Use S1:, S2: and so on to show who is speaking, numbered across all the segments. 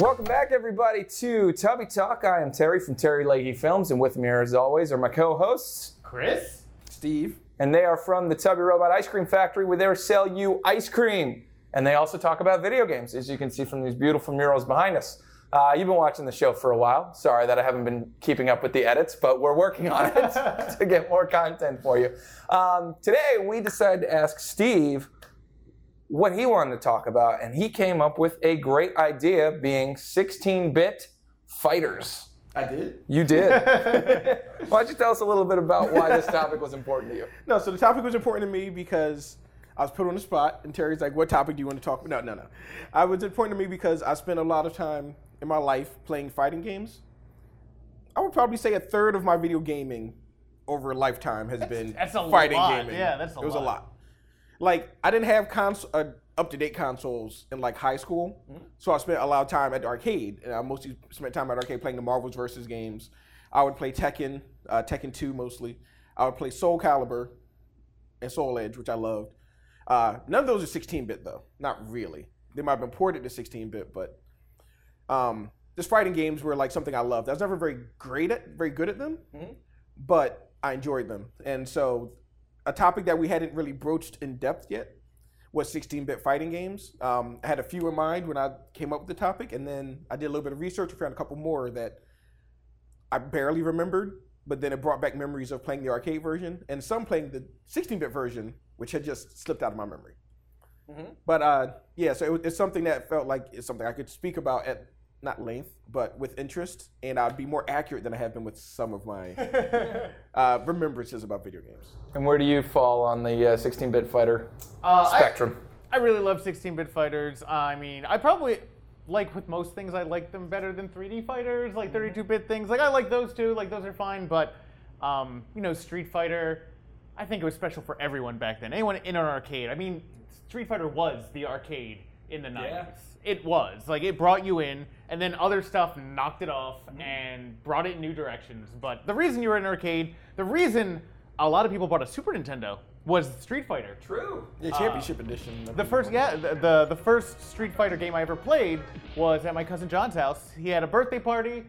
S1: Welcome back, everybody, to Tubby Talk. I am Terry from Terry Leahy Films, and with me, as always, are my co hosts,
S2: Chris?
S3: Steve.
S1: and they are from the Tubby Robot Ice Cream Factory, where they sell you ice cream. And they also talk about video games, as you can see from these beautiful murals behind us. Uh, you've been watching the show for a while. Sorry that I haven't been keeping up with the edits, but we're working on it to get more content for you. Um, today, we decided to ask Steve what he wanted to talk about, and he came up with a great idea being 16 bit fighters.
S3: I did.
S1: You did. Why don't you tell us a little bit about why this topic was important to you?
S3: No, so the topic was important to me because I was put on the spot, and Terry's like, "What topic do you want to talk?" about? No, no, no. I was important to me because I spent a lot of time in my life playing fighting games. I would probably say a third of my video gaming over a lifetime has been
S2: that's a
S3: fighting
S2: lot.
S3: gaming.
S2: Yeah, that's a
S3: it was a
S2: lot.
S3: lot. Like I didn't have cons- uh, up to date consoles in like high school,
S2: Mm-hmm.
S3: so I spent a lot of time at the arcade, and I mostly spent time at arcade playing the Marvels versus games. I would play Tekken, uh, Tekken Two mostly. I would play Soul Calibur and Soul Edge, which I loved. Uh, none of those are 16 bit though, not really. They might have been ported to 16 bit, but um, just fighting games were like something I loved. I was never very great at, very good at them, but I enjoyed them. And so, a topic that we hadn't really broached in depth yet was 16-bit fighting games. Um, I had a few in mind when I came up with the topic, and then I did a little bit of research and found a couple more that I barely remembered. But then it brought back memories of playing the arcade version and some playing the 16-bit version, which had just slipped out of my memory.
S1: Mhm.
S3: But uh, yeah, so it, was- it's something that felt like it's something I could speak about at not length, but with interest, and I'd be more accurate than I have been with some of my uh, remembrances about video games.
S1: And where do you fall on the uh, 16-bit fighter
S2: Uh, I-
S1: spectrum?
S2: I, really love 16-bit fighters. Uh, I mean, I probably like with most things, I like them better than 3D fighters, like 32-bit things. Like I like those too. Like those are fine, but um, you know, Street Fighter. I think it was special for everyone back then. Anyone in an arcade. I mean, Street Fighter was the arcade in the 90s. It was. Like it brought you in and then other stuff knocked it off and brought it in new directions. But the reason you were in an arcade, the reason a lot of people bought a Super Nintendo was Street Fighter.
S1: True.
S3: Yeah, Championship Edition.
S2: The first, yeah, the, the the first Street Fighter game I ever played was at my cousin John's house. He had a birthday party,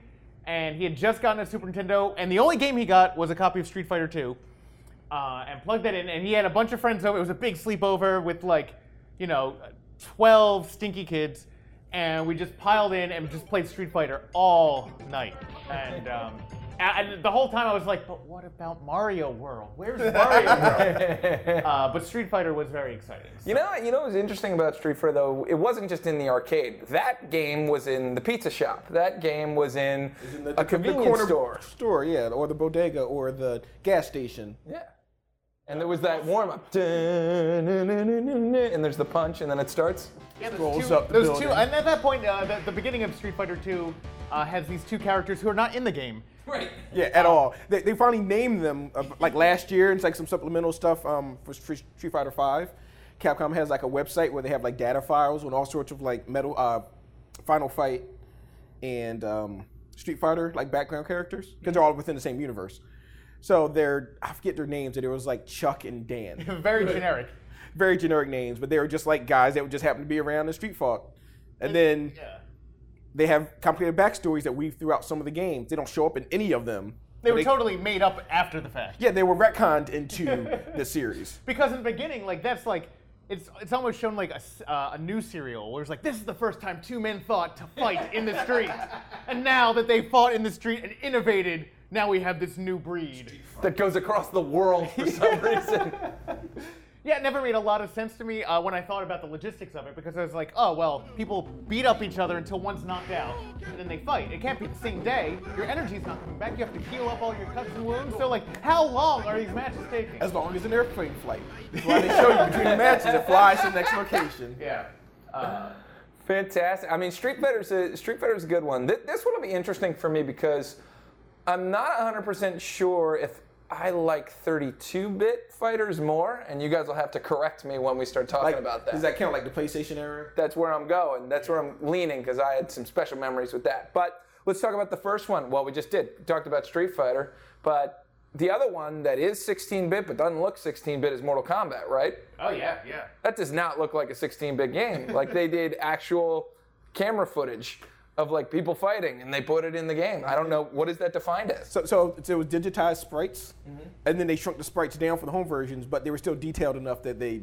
S2: and he had just gotten a Super Nintendo, and the only game he got was a copy of Street Fighter Two, uh, and plugged that in. And he had a bunch of friends over. It was a big sleepover with like, you know, twelve stinky kids, and we just piled in and just played Street Fighter all night. And um, and the whole time I was like, but what about Mario World? Where's Mario World? Uh, but Street Fighter was very exciting.
S1: you know, you know what was interesting about Street Fighter though? It wasn't just in the arcade. That game was in the pizza shop. That game was in,
S3: the,
S1: a convenience
S3: corner
S1: store.
S3: store, yeah, or the bodega, or the gas station.
S1: Yeah. And there was that warm up. And there's the punch, and then it starts.
S2: Yeah, those
S3: Rolls
S2: two,
S3: up the
S2: those
S3: building.
S2: two, and at that point, uh, the, the beginning of Street Fighter Two uh, has these two characters who are not in the game.
S1: Right.
S3: Yeah, at all. They, they finally named them uh, like last year. It's like some supplemental stuff um, for Street Street Fighter Five. Capcom has like a website where they have like data files on all sorts of like metal, uh, Final Fight, and um, Street Fighter like background characters because they're all within the same universe. So they're I forget their names. And it was like Chuck and Dan.
S2: Very generic.
S3: very generic names, but they were just like guys that would just happen to be around in Street Fighter. And then
S2: Yeah.
S3: they have complicated backstories that weave throughout some of the games. They don't show up in any of them.
S2: They
S3: but
S2: were totally made up after the fact.
S3: Yeah, they were retconned into the series.
S2: Because in the beginning, like that's like. It's, it's almost shown like a, s- uh, a new serial where it's like this is the first time two men thought to fight in the street, and now that they fought in the street and innovated, now we have this new breed.
S1: That goes across the world for some reason.
S2: Yeah, it never made a lot of sense to me uh, when I thought about the logistics of it because I was like, oh, well, people beat up each other until one's knocked out and then they fight. It can't be the same day. Your energy's not coming back. You have to heal up all your cuts and wounds. So, like, how long are these matches taking?
S3: As long as an airplane flight. That's why they show you between the matches, it flies to the next location.
S2: yeah. Uh,
S1: Fantastic. I mean, Street Fighter's a, Street Fighter's a good one. Th- this one will be interesting for me because I'm not 100% sure if I like 32-bit fighters more, and you guys will have to correct me when we start talking
S3: Like,
S1: about that.
S3: Does that count like the PlayStation era?
S1: That's where I'm going. That's where I'm leaning because I had some special memories with that. But let's talk about the first one. Well, we just did. We talked about Street Fighter, but the other one that is 16-bit but doesn't look 16-bit is Mortal Kombat, right?
S2: oh, yeah, yeah.
S1: that does not look like a 16 bit game. Like they did actual camera footage of like people fighting, and they put it in the game. I don't know what is that defined as.
S3: So, so, so it was digitized sprites, and then they shrunk the sprites down for the home versions, but they were still detailed enough that they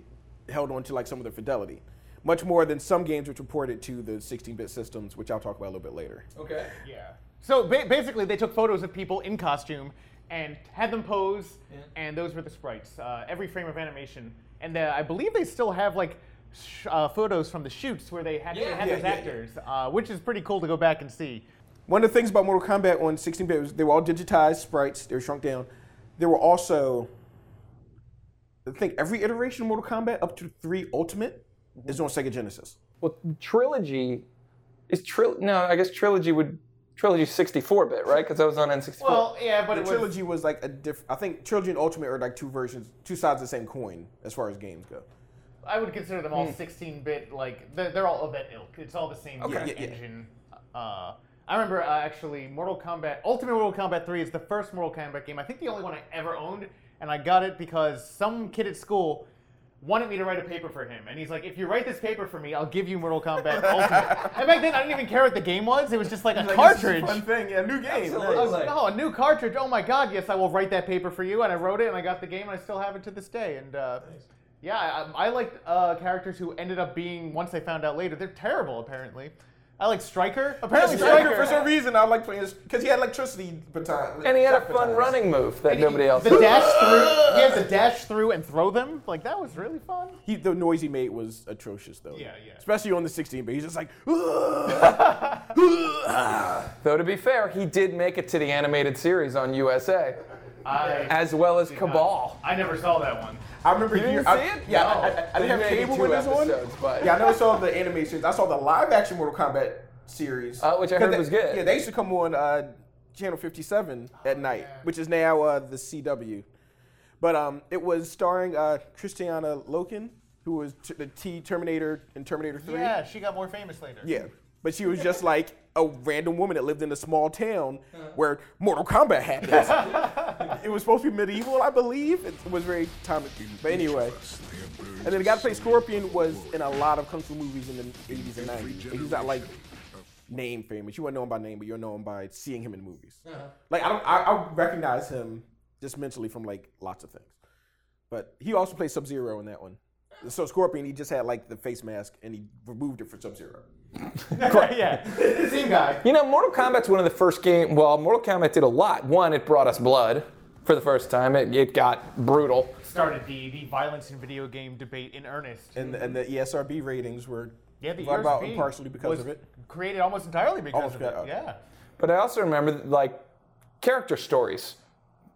S3: held on to like some of the fidelity, much more than some games which reported to the 16-bit systems, which I'll talk about a little bit later.
S1: Okay.
S2: Yeah. So ba- basically, they took photos of people in costume and had them pose, and those were the sprites. Uh, every frame of animation, and uh, I believe they still have like sh- uh, photos from the shoots where they had, they
S1: Yeah,
S2: had
S1: yeah,
S2: those
S3: yeah, yeah.
S2: actors, Uh, which is pretty cool to go back and see.
S3: One of the things about Mortal Kombat on 16-bit was they were all digitized sprites. They were shrunk down. There were also, I think every iteration of Mortal Kombat up to three Ultimate is on Sega Genesis.
S1: Well, trilogy is tril. No, I guess trilogy would trilogy 64 bit, right? Because that was on N64.
S2: Well, yeah, but
S3: The
S2: it was
S3: trilogy was like a diff. I think trilogy and Ultimate are like two versions, two sides of the same coin as far as games go.
S2: I would consider them all 16-bit. Like they're, they're all of that ilk. It's all the same
S1: Okay.
S2: game
S3: Yeah, yeah.
S2: engine. Uh, I remember uh, actually Mortal Kombat Ultimate Mortal Kombat 3 is the first Mortal Kombat game. I think the only one I ever owned, and I got it because some kid at school wanted me to write a paper for him, and he's like, "If you write this paper for me, I'll give you Mortal Kombat Ultimate." and back then, I didn't even care what the game was. It was just like a cartridge.
S3: thing, yeah, new game.
S1: Absolutely.
S2: I was like, oh, a new cartridge. Oh my God, yes, I will write that paper for you. And I wrote it, and I got the game, and I still have it to this day. And uh, yeah, I, I liked uh, characters who ended up being, once I found out later, they're terrible apparently. I like Striker. Apparently, Striker.
S3: Striker, for some reason, I like playing this because he had electricity baton.
S1: and he had a
S3: baton.
S1: fun running move that nobody else.
S2: The dash through. He has the dash through and throw them. Like that was really fun.
S3: He, the noise he made was atrocious, though.
S2: Yeah, yeah.
S3: Especially on the 16, but he's just like, "Ugh."
S1: Though to be fair, he did make it to the animated series on USA,
S2: I,
S1: as well as Cabal.
S2: I never saw that one.
S3: I remember
S1: You didn't
S3: hear-
S1: see
S3: I,
S1: it?
S3: Yeah,
S1: No.
S3: I, I, I
S1: They
S3: didn't have
S1: made
S3: cable
S1: two
S3: when this one.
S1: episodes, but-
S3: Yeah, I never saw the animations. I saw the live action Mortal Kombat series,
S1: Uh, which I
S3: 'Cause
S1: heard
S3: they-
S1: was good.
S3: Yeah, they used to come on uh, channel 57 at night, which is now uh, the CW. But um, it was starring uh, Christiana Loken, who was t- the T Terminator in Terminator 3.
S2: Yeah, she got more famous later.
S3: Yeah. But she was just like a random woman that lived in a small town where Mortal Kombat happened. it was supposed to be medieval, I believe. It was very time. But anyway. And then the guy who played Scorpion was in a lot of kung fu movies in the 80s and 90s. And he's not like name famous. You wouldn't know him by name, but you'll know him by seeing him in movies.
S2: Uh-huh.
S3: Like I don't, I, I recognize him just mentally from like lots of things. But he also played Sub Zero in that one. So Scorpion, he just had like the face mask and he removed it for Sub Zero.
S2: yeah. Same guy.
S1: You know, Mortal Kombat's one of the first game. Well, Mortal Kombat did a lot. One, it brought us blood for the first time. It, it got brutal.
S2: Started the, the violence in video game debate in earnest.
S3: and the, and the E ESRB ratings were
S2: Yeah, the E
S3: brought about
S2: ESRB
S3: partially because
S2: was
S3: of it.
S2: Created almost entirely because
S3: Almost
S2: of it.
S3: got-
S2: Yeah.
S1: But I also remember like character stories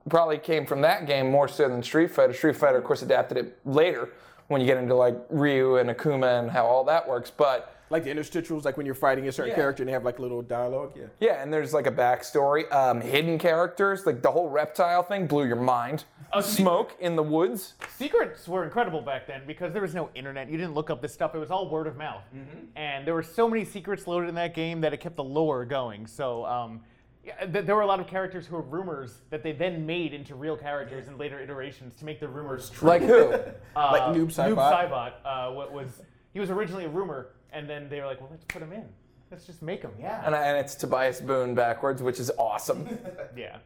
S1: probably came from that game more so than Street Fighter. Street Fighter, of course, adapted it later when you get into like Ryu and Akuma and how all that works. But
S3: Like the interstitials, like when you're fighting a certain
S1: Yeah.
S3: character and they have like little dialogue. Yeah.
S1: yeah, and there's like a backstory, um, hidden characters, like the whole reptile thing blew your mind. Smoke in the woods.
S2: Secrets were incredible back then because there was no internet. You didn't look up this stuff. It was all word of mouth.
S3: Mm-hmm.
S2: And there were so many secrets loaded in that game that it kept the lore going. So um, yeah, th- there were a lot of characters who were rumors that they then made into real characters in later iterations to make the rumors true.
S1: Like who?
S3: like Noob Saibot.
S2: uh, what was he was originally a rumor, and then they were like, well, let's put him in. Let's just make him. Yeah.
S1: and, I, and it's Tobias Boone backwards, which is awesome.
S2: yeah.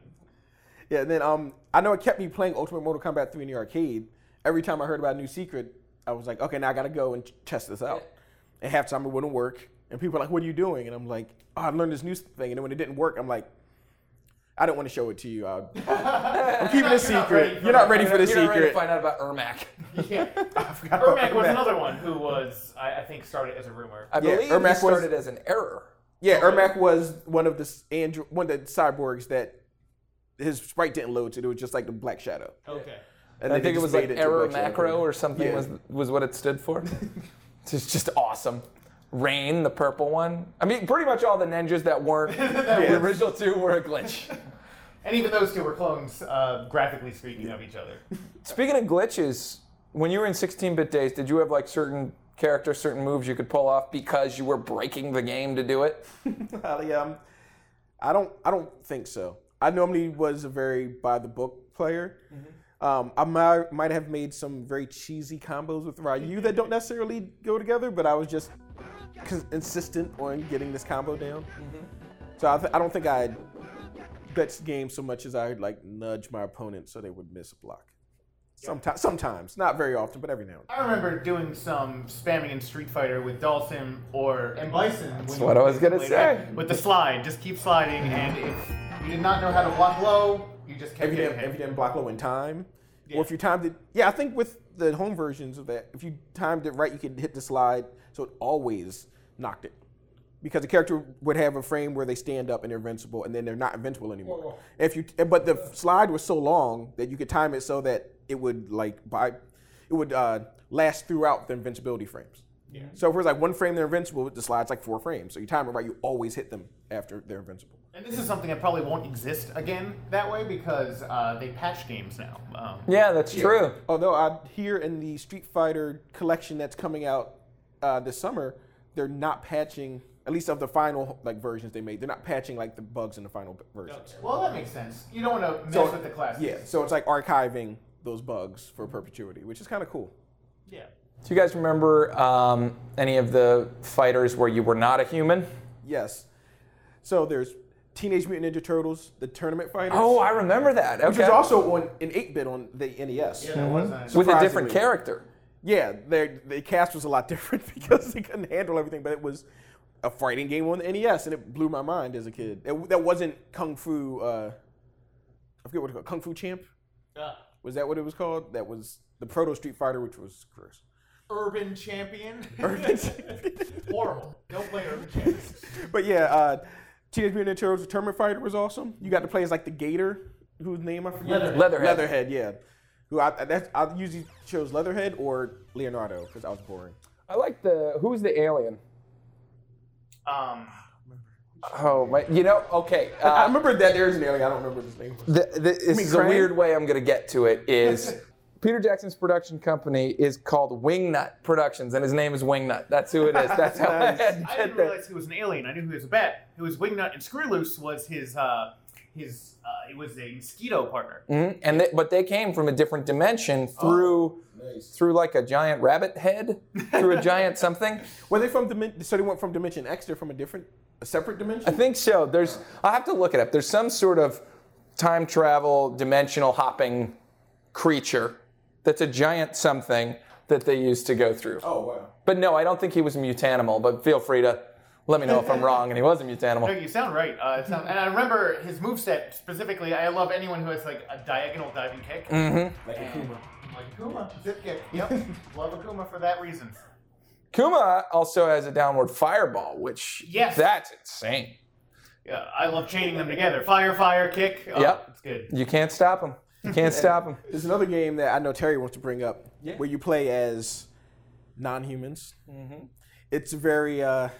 S3: Yeah. And then um, I know it kept me playing Ultimate Mortal Kombat 3 in the arcade. Every time I heard about a new secret, I was like, okay, now I gotta go and ch- test this out. And half the time it wouldn't work, and people are like, "What are you doing?" And I'm like, oh, "I learned this new thing." And then when it didn't work, I'm like. I don't want to show it to you. I'll- I'm keeping it
S2: You're not ready
S3: secret.
S2: for
S3: You're not
S2: it.
S3: ready for the
S1: You're not ready to
S3: secret.
S1: find out about Ermac.
S2: Yeah.
S3: forgot about
S2: Ermac was
S3: Ermac.
S2: another one who was, I, I think, started as a rumor.
S1: I
S3: Yeah,
S1: believe
S3: Ermac
S1: he
S3: was-
S1: started as an error.
S3: Yeah, Ermac was one of the s- andro- one of the cyborgs that his sprite didn't load to. It was just like the Black Shadow.
S2: okay.
S3: And
S1: I
S3: then they
S1: think it
S3: just
S1: was like
S3: made it to
S1: error
S3: Black Shadow.
S1: macro or something
S3: Yeah.
S1: was was what it stood for. it's just awesome. Rain, the purple one. I mean, pretty much all the ninjas that weren't the original two were a glitch.
S2: And even those two were clones, uh, graphically speaking, of each other.
S1: Speaking of glitches, when you were in 16-bit days, did you have like certain characters, certain moves you could pull off because you were breaking the game to do it?
S3: Uh, yeah, um, I don't. I don't think so. I normally was a very by the book player. Um, I might, might have made some very cheesy combos with Ryu that don't necessarily go together, but I was just cons- insistent on getting this combo down. So I, th- I don't think I bet games so much as I would like nudge my opponent so they would miss a block. Sometimes, sometimes, not very often, but every now and then.
S2: I remember doing some spamming in Street Fighter with Dalsim or and Bison. That's
S1: what I was gonna say.
S2: With the slide, just keep sliding, and if you did not know how to block low, you just kept
S3: If you
S2: getting
S3: didn't, if you
S2: hit.
S3: didn't block low in time,
S2: Yeah.
S3: or if you timed it, yeah, I think with the home versions of that, if you timed it right, you could hit the slide, so it always knocked it. Because the character would have a frame where they stand up and they're invincible, and then they're not invincible anymore. If you, but the slide was so long that you could time it so that it would like by, it would uh, last throughout the invincibility frames. Yeah. So if it was like one frame they're invincible, the slide's like four frames. So you time it right, you always hit them after they're invincible.
S2: And this is something that probably won't exist again that way because uh, they patch games now. Um,
S1: Yeah, that's true.
S3: Although I hear in the Street Fighter collection that's coming out uh, this summer, they're not patching at least of the final like versions they made. They're not patching like the bugs in the final versions.
S2: Well, that makes sense. You don't want to mess with the classics.
S3: Yeah, so it's like archiving those bugs for perpetuity, which is kind of cool.
S2: Yeah.
S1: Do you guys remember um, any of the fighters where you were not a human?
S3: Yes. So there's Teenage Mutant Ninja Turtles, the Tournament Fighters,
S1: Oh, I remember that. Okay.
S3: which was also on an 8-bit on the E NES.
S2: Yeah, that was nice.
S1: with a different
S3: surprisingly.
S1: character.
S3: Yeah, their the cast was a lot different because they couldn't handle everything, but it was a fighting game on the NES, and it blew my mind as a kid. It, that wasn't Kung Fu. Uh, I forget what it called. Kung Fu Champ
S2: Uh,
S3: was that what it was called? That was the Proto Street Fighter, which was gross.
S2: Urban Champion.
S3: Urban Champion.
S2: Horrible. Don't play Urban Champion.
S3: But yeah, uh, Teenage Mutant Ninja Turtles: The Tournament Fighter was awesome. You got to play as like the Gator, whose name I forget.
S2: Leatherhead.
S1: Leatherhead.
S3: Leatherhead, yeah. Who I that's, I usually chose Leatherhead or Leonardo because I was boring.
S1: I like the who's the alien.
S2: Um,
S1: Oh my! You know, okay.
S3: I
S1: Uh,
S3: remember that there's an alien. I don't remember his name.
S1: the, the, this is a
S3: Crane?
S1: weird way I'm going to get to it. Is Peter Jackson's production company is called Wingnut Productions, and his name is Wingnut. That's who it is. That's how I had to
S2: I
S1: get
S2: didn't
S1: that.
S2: realize he was an alien. I knew he was a bat. Who was Wingnut and Screwloose was his uh, his uh, it was a mosquito partner.
S1: Mhm. And they, but they came from a different dimension
S3: Oh,
S1: through through like a giant rabbit head, through a giant something.
S3: Were they from dimension? So they went from dimension X. They're from a different, a separate dimension.
S1: I think so. There's I have to look it up. There's some sort of time travel dimensional hopping creature that's a giant something that they used to go through.
S3: oh wow.
S1: But no, I don't think he was a mutanimal, but feel free to let me know if I'm wrong and he was a
S2: No,
S1: mutanimal.
S2: you sound right. Uh, it sound, and I remember his moveset specifically. I love anyone who has like a diagonal diving kick.
S1: Mm-hmm.
S3: Like a Kuma.
S2: Like Kuma, zip kick. Yep, love Akuma for that reason.
S1: Kuma also has a downward fireball, which
S2: Yes.
S1: that's insane.
S2: Yeah, I love chaining them together. Fire, fire, kick. Oh,
S1: Yep.
S2: it's good.
S1: You can't stop him. You can't stop him.
S3: There's another game that I know Terry wants to bring up, where you play as non-humans. Mm-hmm. It's a very uh,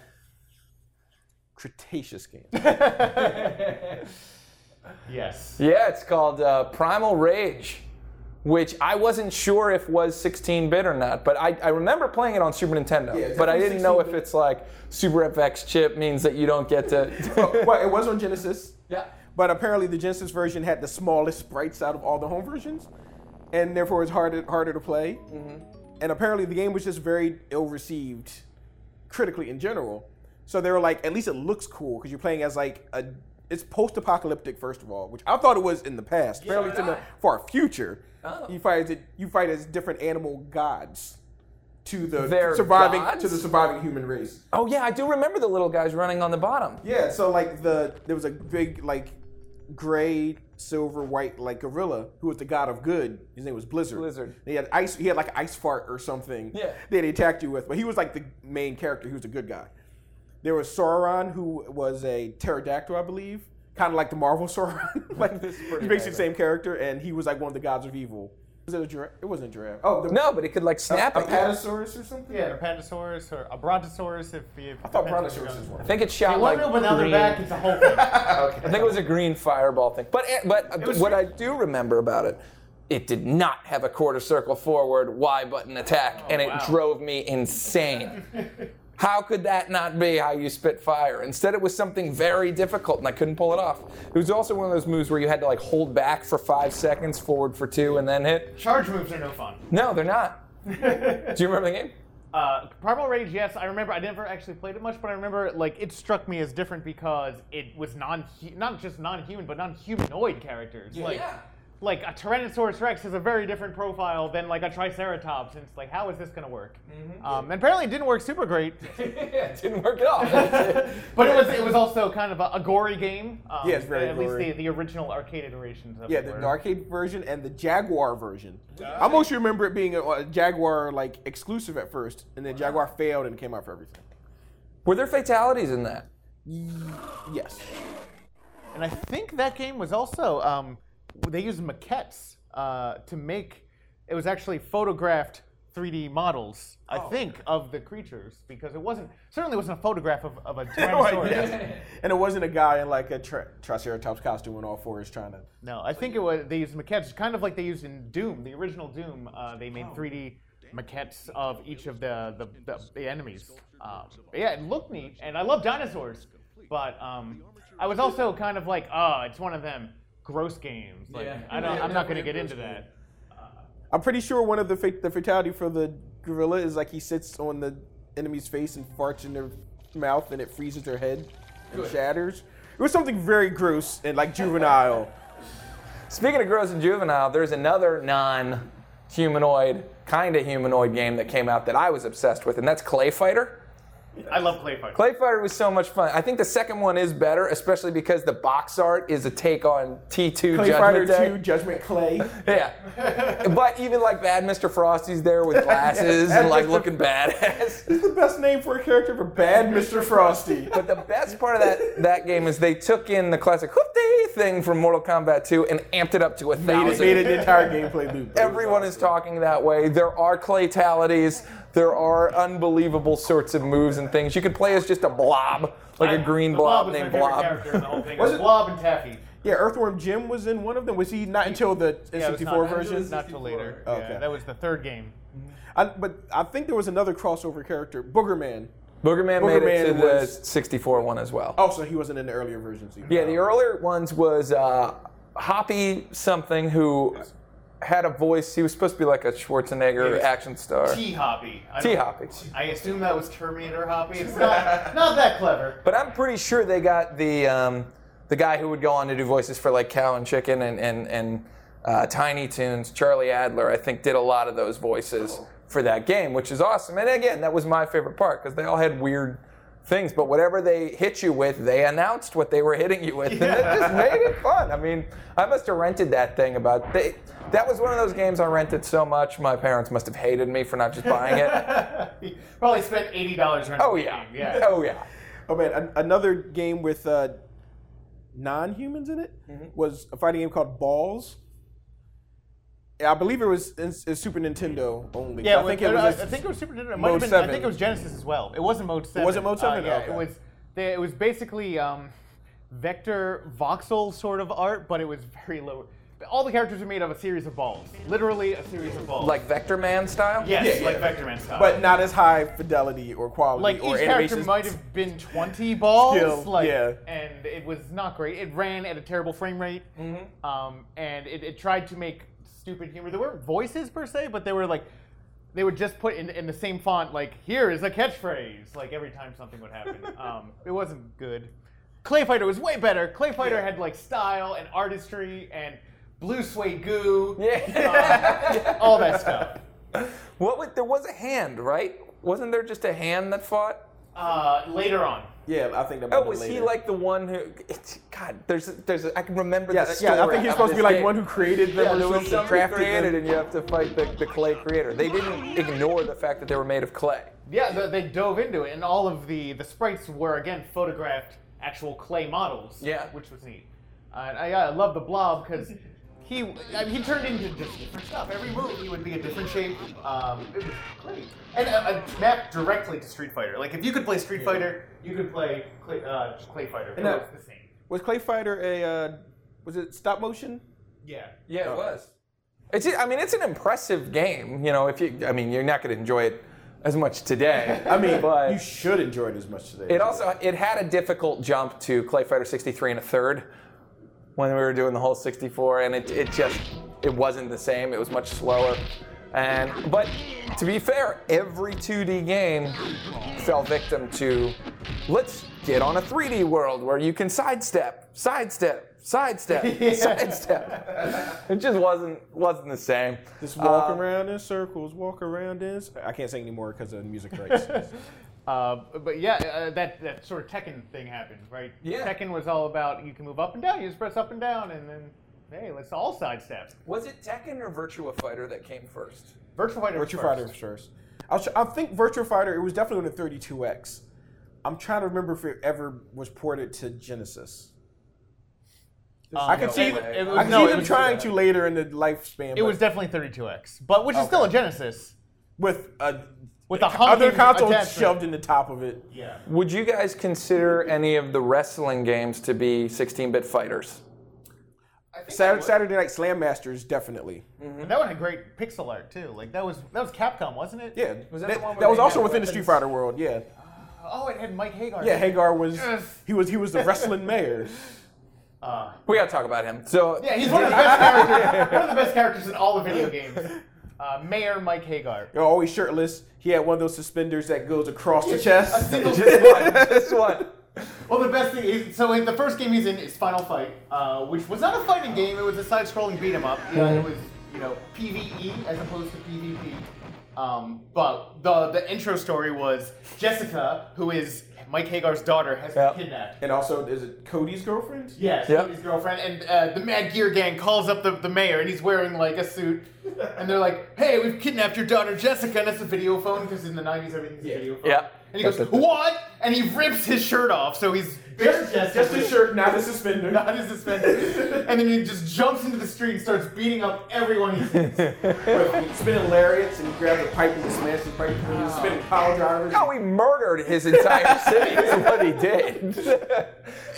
S3: Cretaceous game.
S2: Yes.
S1: Yeah, it's called uh, Primal Rage, which I wasn't sure if was 16 bit or not, but I, I remember playing it on Super Nintendo.
S3: it's
S1: but I didn't know if
S3: 16-bit.
S1: it's like Super FX chip means that you don't get to.
S3: well, it was on Genesis.
S1: yeah.
S3: But apparently, the Genesis version had the smallest sprites out of all the home versions, and therefore it's harder harder to play. And apparently, the game was just very ill received, critically in general. So they were like, at least it looks cool because you're playing as like a. It's post-apocalyptic, first of all, which I thought it was in the past. apparently, it's in the far future. You fight as it, you fight as different animal gods to the
S1: They're
S3: surviving to
S1: gods?
S3: the surviving human race.
S1: Oh, yeah, I do remember the little guys running on the bottom.
S3: Yeah, so like the there was a big like gray, silver, white like gorilla who was the god of good. His name was Blizzard.
S1: Blizzard.
S3: They had ice. He had like an ice fart or something.
S1: Yeah.
S3: That he attacked you with, but he was like the main character. He was a good guy. There was Sauron, who was a pterodactyl, I believe, kind of like the Marvel Sauron. like
S1: This is
S3: he's
S1: pretty
S3: basically the same character, and he was like one of the gods of evil. Was it a giraffe? It wasn't a giraffe. Oh, the,
S1: No, but it could like snap
S3: a
S1: at you.
S3: patasaurus or something.
S2: Yeah, a Pandasaurus or a Brontosaurus if you.
S3: I thought brontosaurus was one.
S1: I think it shot like
S2: but now they're
S1: green-
S2: back. It's a whole thing.
S1: I think it was a green fireball thing. But eh, but uh, what I do remember about it, it did not have a quarter circle forward Y button attack, and it
S2: Oh, wow.
S1: drove me insane. How could that not be how you spit fire? Instead, it was something very difficult, and I couldn't pull it off. It was also one of those moves where you had to like hold back for five seconds, forward for two, and then hit.
S2: Charge moves are no fun.
S1: No, they're not. do you remember the game?
S2: Uh, Primal Rage, yes, I remember. I never actually played it much, but I remember like it struck me as different because it was non, not just non-human, but non-humanoid characters. Like,
S3: Yeah.
S2: like a Tyrannosaurus Rex is a very different profile than like a Triceratops, and it's like, how is this gonna work?
S3: Mm-hmm.
S2: Um, and apparently, it didn't work super great,
S1: it didn't work at all.
S2: but it was it was also kind of a, a gory game. Um,
S3: Yeah, it's very
S2: At
S3: gory.
S2: least the, the original arcade iterations of
S3: Yeah,
S2: it
S3: the,
S2: were.
S3: the arcade version and the Jaguar version. I mostly remember it being a, a Jaguar like exclusive at first, and then Jaguar failed and it came out for everything.
S1: Were there fatalities in that?
S3: Yes.
S2: And I think that game was also um, they used maquettes uh, to make. It was actually photographed 3D models, I think, of the creatures because it wasn't certainly wasn't a photograph of, of a tyrannosaurus.
S3: Oh, Yes. And it wasn't a guy in like a tri- Triceratops costume on all fours trying to.
S2: No, I think it was they used maquettes, kind of like they used in Doom, the original Doom. Uh, they made 3D maquettes of each of the the, the, the enemies. Um, yeah, it looked neat, and I love dinosaurs, but um, I was also kind of like, oh, it's one of them gross games. Like,
S4: Yeah.
S2: I don't,
S4: Yeah,
S2: I'm not going to
S4: definitely
S2: get
S4: gross
S2: into
S4: game.
S2: that.
S3: I'm pretty sure one of the fa- the fatality for the gorilla is like he sits on the enemy's face and farts in their mouth and it freezes their head and shatters. It was something very gross and like juvenile.
S1: Speaking of gross and juvenile, there's another non humanoid, kind of humanoid game that came out that I was obsessed with, and that's Clay Fighter.
S2: I love Clay Fighter.
S1: Clay Fighter was so much fun. I think the second one is better, especially because the box art is a take on T2
S3: Clay
S1: Judgment
S3: Fighter
S1: Day.
S3: 2, Judgment Clay.
S1: Yeah. but even like bad Mr. Frosty's there with glasses and like looking badass.
S3: It's the best name for a character for bad Mr. Frosty.
S1: But the best part of that, that game is they took in the classic hoop day thing from Mortal Kombat 2 and amped it up to a
S3: made it,
S1: thousand.
S3: made it the entire gameplay loop.
S1: Everyone is talking that way. There are claytalities. There are unbelievable sorts of moves and things. You could play as just a blob, like a
S2: I-
S1: green
S2: the
S1: blob,
S2: was my
S1: named
S2: favorite
S1: Blob.
S2: character in the whole thing.
S3: Was
S2: It was
S3: it-
S2: Blob and Taffy.
S3: Yeah, Earthworm Jim was in one of them. Was he not until the
S2: Yeah, it was
S3: N64
S2: not-
S3: version?
S2: Not till later.
S3: Okay.
S2: Yeah, that was the third game.
S3: I, but I think there was another crossover character, Boogerman.
S1: Boogerman made it
S3: Boogerman
S1: to the
S3: was-
S1: 64 one as well.
S3: Oh, so he wasn't in the earlier versions. either.
S1: Yeah, the earlier ones was uh, Hoppy something who had a voice. He was supposed to be like a Schwarzenegger
S2: Yes.
S1: action star.
S2: T Hoppy. I
S1: T
S2: don't-
S1: Hoppy.
S2: I assume that was Terminator Hoppy. It's not, not that clever.
S1: But I'm pretty sure they got the um, the guy who would go on to do voices for like Cow and Chicken and and and uh, Tiny Toons. Charlie Adler, I think, did a lot of those voices
S2: Oh.
S1: for that game, which is awesome. And again, that was my favorite part because they all had weird things. But whatever they hit you with, they announced what they were hitting you with, and it just made it fun. I mean, I must have rented that thing about they. That was one of those games I rented so much, my parents must have hated me for not just buying it.
S2: He probably spent eighty dollars renting.
S1: Oh,
S2: the
S1: yeah.
S2: game, yeah.
S1: Oh, yeah.
S3: Oh man, an- another game with uh, non-humans in it
S2: Mm-hmm.
S3: was a fighting game called Balls. Yeah, I believe it was in, in Super Nintendo only.
S2: Yeah,
S3: I think it
S2: I-
S3: was.
S2: I, think it was Super Nintendo. It might
S3: Mode
S2: have been, I
S3: 7.
S2: think it was Genesis as well. It wasn't Mode Seven.
S3: it Mode 7?
S2: Uh, yeah,
S3: Okay.
S2: it was. They, it was basically um, vector voxel sort of art, but it was very low. All the characters are made of a series of balls, literally a series of balls.
S1: Like Vector Man style?
S2: yes,
S3: Yeah, yeah.
S2: like Vector Man style.
S3: but not as high fidelity or quality
S2: like
S3: or
S2: each character
S3: animations.
S2: might have been 20 balls
S3: Skill,
S2: like
S3: yeah.
S2: and it was not great it ran at a terrible frame rate
S3: Mm-hmm.
S2: um, and it, it tried to make stupid humor there weren't voices per se but they were like they would just put in, in the same font like here is a catchphrase like every time something would happen um, it wasn't good clay fighter was way better clay fighter had like style and artistry and blue suede goo
S1: Yeah.
S2: um, all that stuff
S1: What was, there was a hand, right? Wasn't there just a hand that fought?
S2: uh, later on
S3: Yeah, I think that.
S1: Oh,
S3: might be
S1: was he
S3: later.
S1: like the one who? It's, God, there's, there's, I can remember
S3: Yes,
S1: that.
S3: yeah, I think he's supposed to be like one who created them
S1: Yeah,
S3: or
S1: there was
S3: something.
S1: some
S3: crafted
S1: created,
S3: them.
S1: and you have to fight the, the clay creator. They didn't ignore the fact that they were made of clay.
S2: Yeah, the, they dove into it, and all of the the sprites were again photographed actual clay models.
S1: Yeah.
S2: which was neat. Uh, and I, I love the blob because he I mean, he turned into just different stuff. Every move he would be a different shape. Um, it was great, and a, a map directly to Street Fighter. Like if you could play Street Fighter, you could play Clay, uh, clay Fighter. It
S3: And that-
S2: was the same.
S3: Was Clay Fighter a? Uh, was it stop motion?
S2: Yeah.
S1: Yeah, it was. Uh, It's, I mean, it's an impressive game. You know, if you, I mean, you're not going to enjoy it as much today.
S3: I mean,
S1: but
S3: you should enjoy it as much today.
S1: It also it had a difficult jump to Clay Fighter 63 and a third when we were doing the whole 64, and it, it just it wasn't the same. It was much slower. And but to be fair, every 2D game fell victim to let's get on a 3D world where you can sidestep, sidestep, sidestep, sidestep. It just wasn't wasn't the same.
S3: Just walk
S1: Um,
S3: around in circles, walk around in. cir- I can't sing anymore because of the music rights.
S2: Uh, but yeah, uh, that that sort of Tekken thing happened, right?
S1: Yeah.
S2: Tekken was all about you can move up and down, you just press up and down, and then hey, let's all sidestep.
S1: Was it Tekken or Virtua Fighter that came first?
S2: Virtual Fighter. was
S3: Virtua
S2: first.
S3: Fighter first. I, was, tr- I think Virtua Fighter. It was definitely on the 32X. I'm trying to remember if it ever was ported to Genesis. I could
S1: no
S3: see,
S1: way.
S2: Um, It was-
S3: I could
S2: no,
S3: see
S2: it
S3: them
S2: was-
S3: trying to later in the lifespan.
S2: It was
S3: but
S2: definitely 32x, but which is still a Genesis
S3: with a,
S2: with a
S3: other
S2: honking
S3: console
S2: attachment.
S3: shoved in the top of it.
S2: Yeah.
S1: Would you guys consider any of the wrestling games to be 16-bit fighters?
S3: Saturday, Saturday Night Slam Masters definitely.
S2: And that one had great pixel art too. Like that was that was Capcom, wasn't it?
S3: Yeah,
S1: Was that
S3: that,
S1: the one where
S3: that was
S1: they
S3: also
S1: had
S3: within the Street
S1: weapons?
S3: Fighter world. Yeah,
S2: Oh, it had Mike Hagar.
S3: yeah. Hagar was
S2: Ugh.
S3: he was he was the wrestling mayor.
S2: Uh,
S1: We gotta talk about him. So
S2: yeah, he's one of the best characters. One of the best characters in all the video games. Uh, Mayor Mike Hagar.
S3: They're always shirtless. He had one of those suspenders that goes across the chest.
S1: this one.
S2: Well, the best thing is, so in the first game he's in is Final Fight, uh, which was not a fighting game. It was a side-scrolling beat 'em up. You know, it was you know PVE as opposed to PvP. Um, but the the intro story was Jessica, who is Mike Hagar's daughter, has
S1: Yep.
S2: been kidnapped.
S3: And also, is it Cody's girlfriend?
S2: Yes,
S1: Yep.
S2: his girlfriend and uh, the Mad Gear Gang calls up the, the mayor and he's wearing like a suit, and they're like, "Hey, we've kidnapped your daughter Jessica." And it's a video phone because in the '90s everything's a video phone.
S1: Yep.
S2: And he goes, "What?" And he rips his shirt off, so he's
S3: Just, just his shirt, not his suspender.
S2: not his suspenders. and then he just jumps into the street and starts beating up everyone he sees.
S3: spinning lariats and grab the pipe and just smash the pipe. And
S1: Oh.
S3: he's spinning power drivers.
S1: No, he murdered his entire city. Is what he did.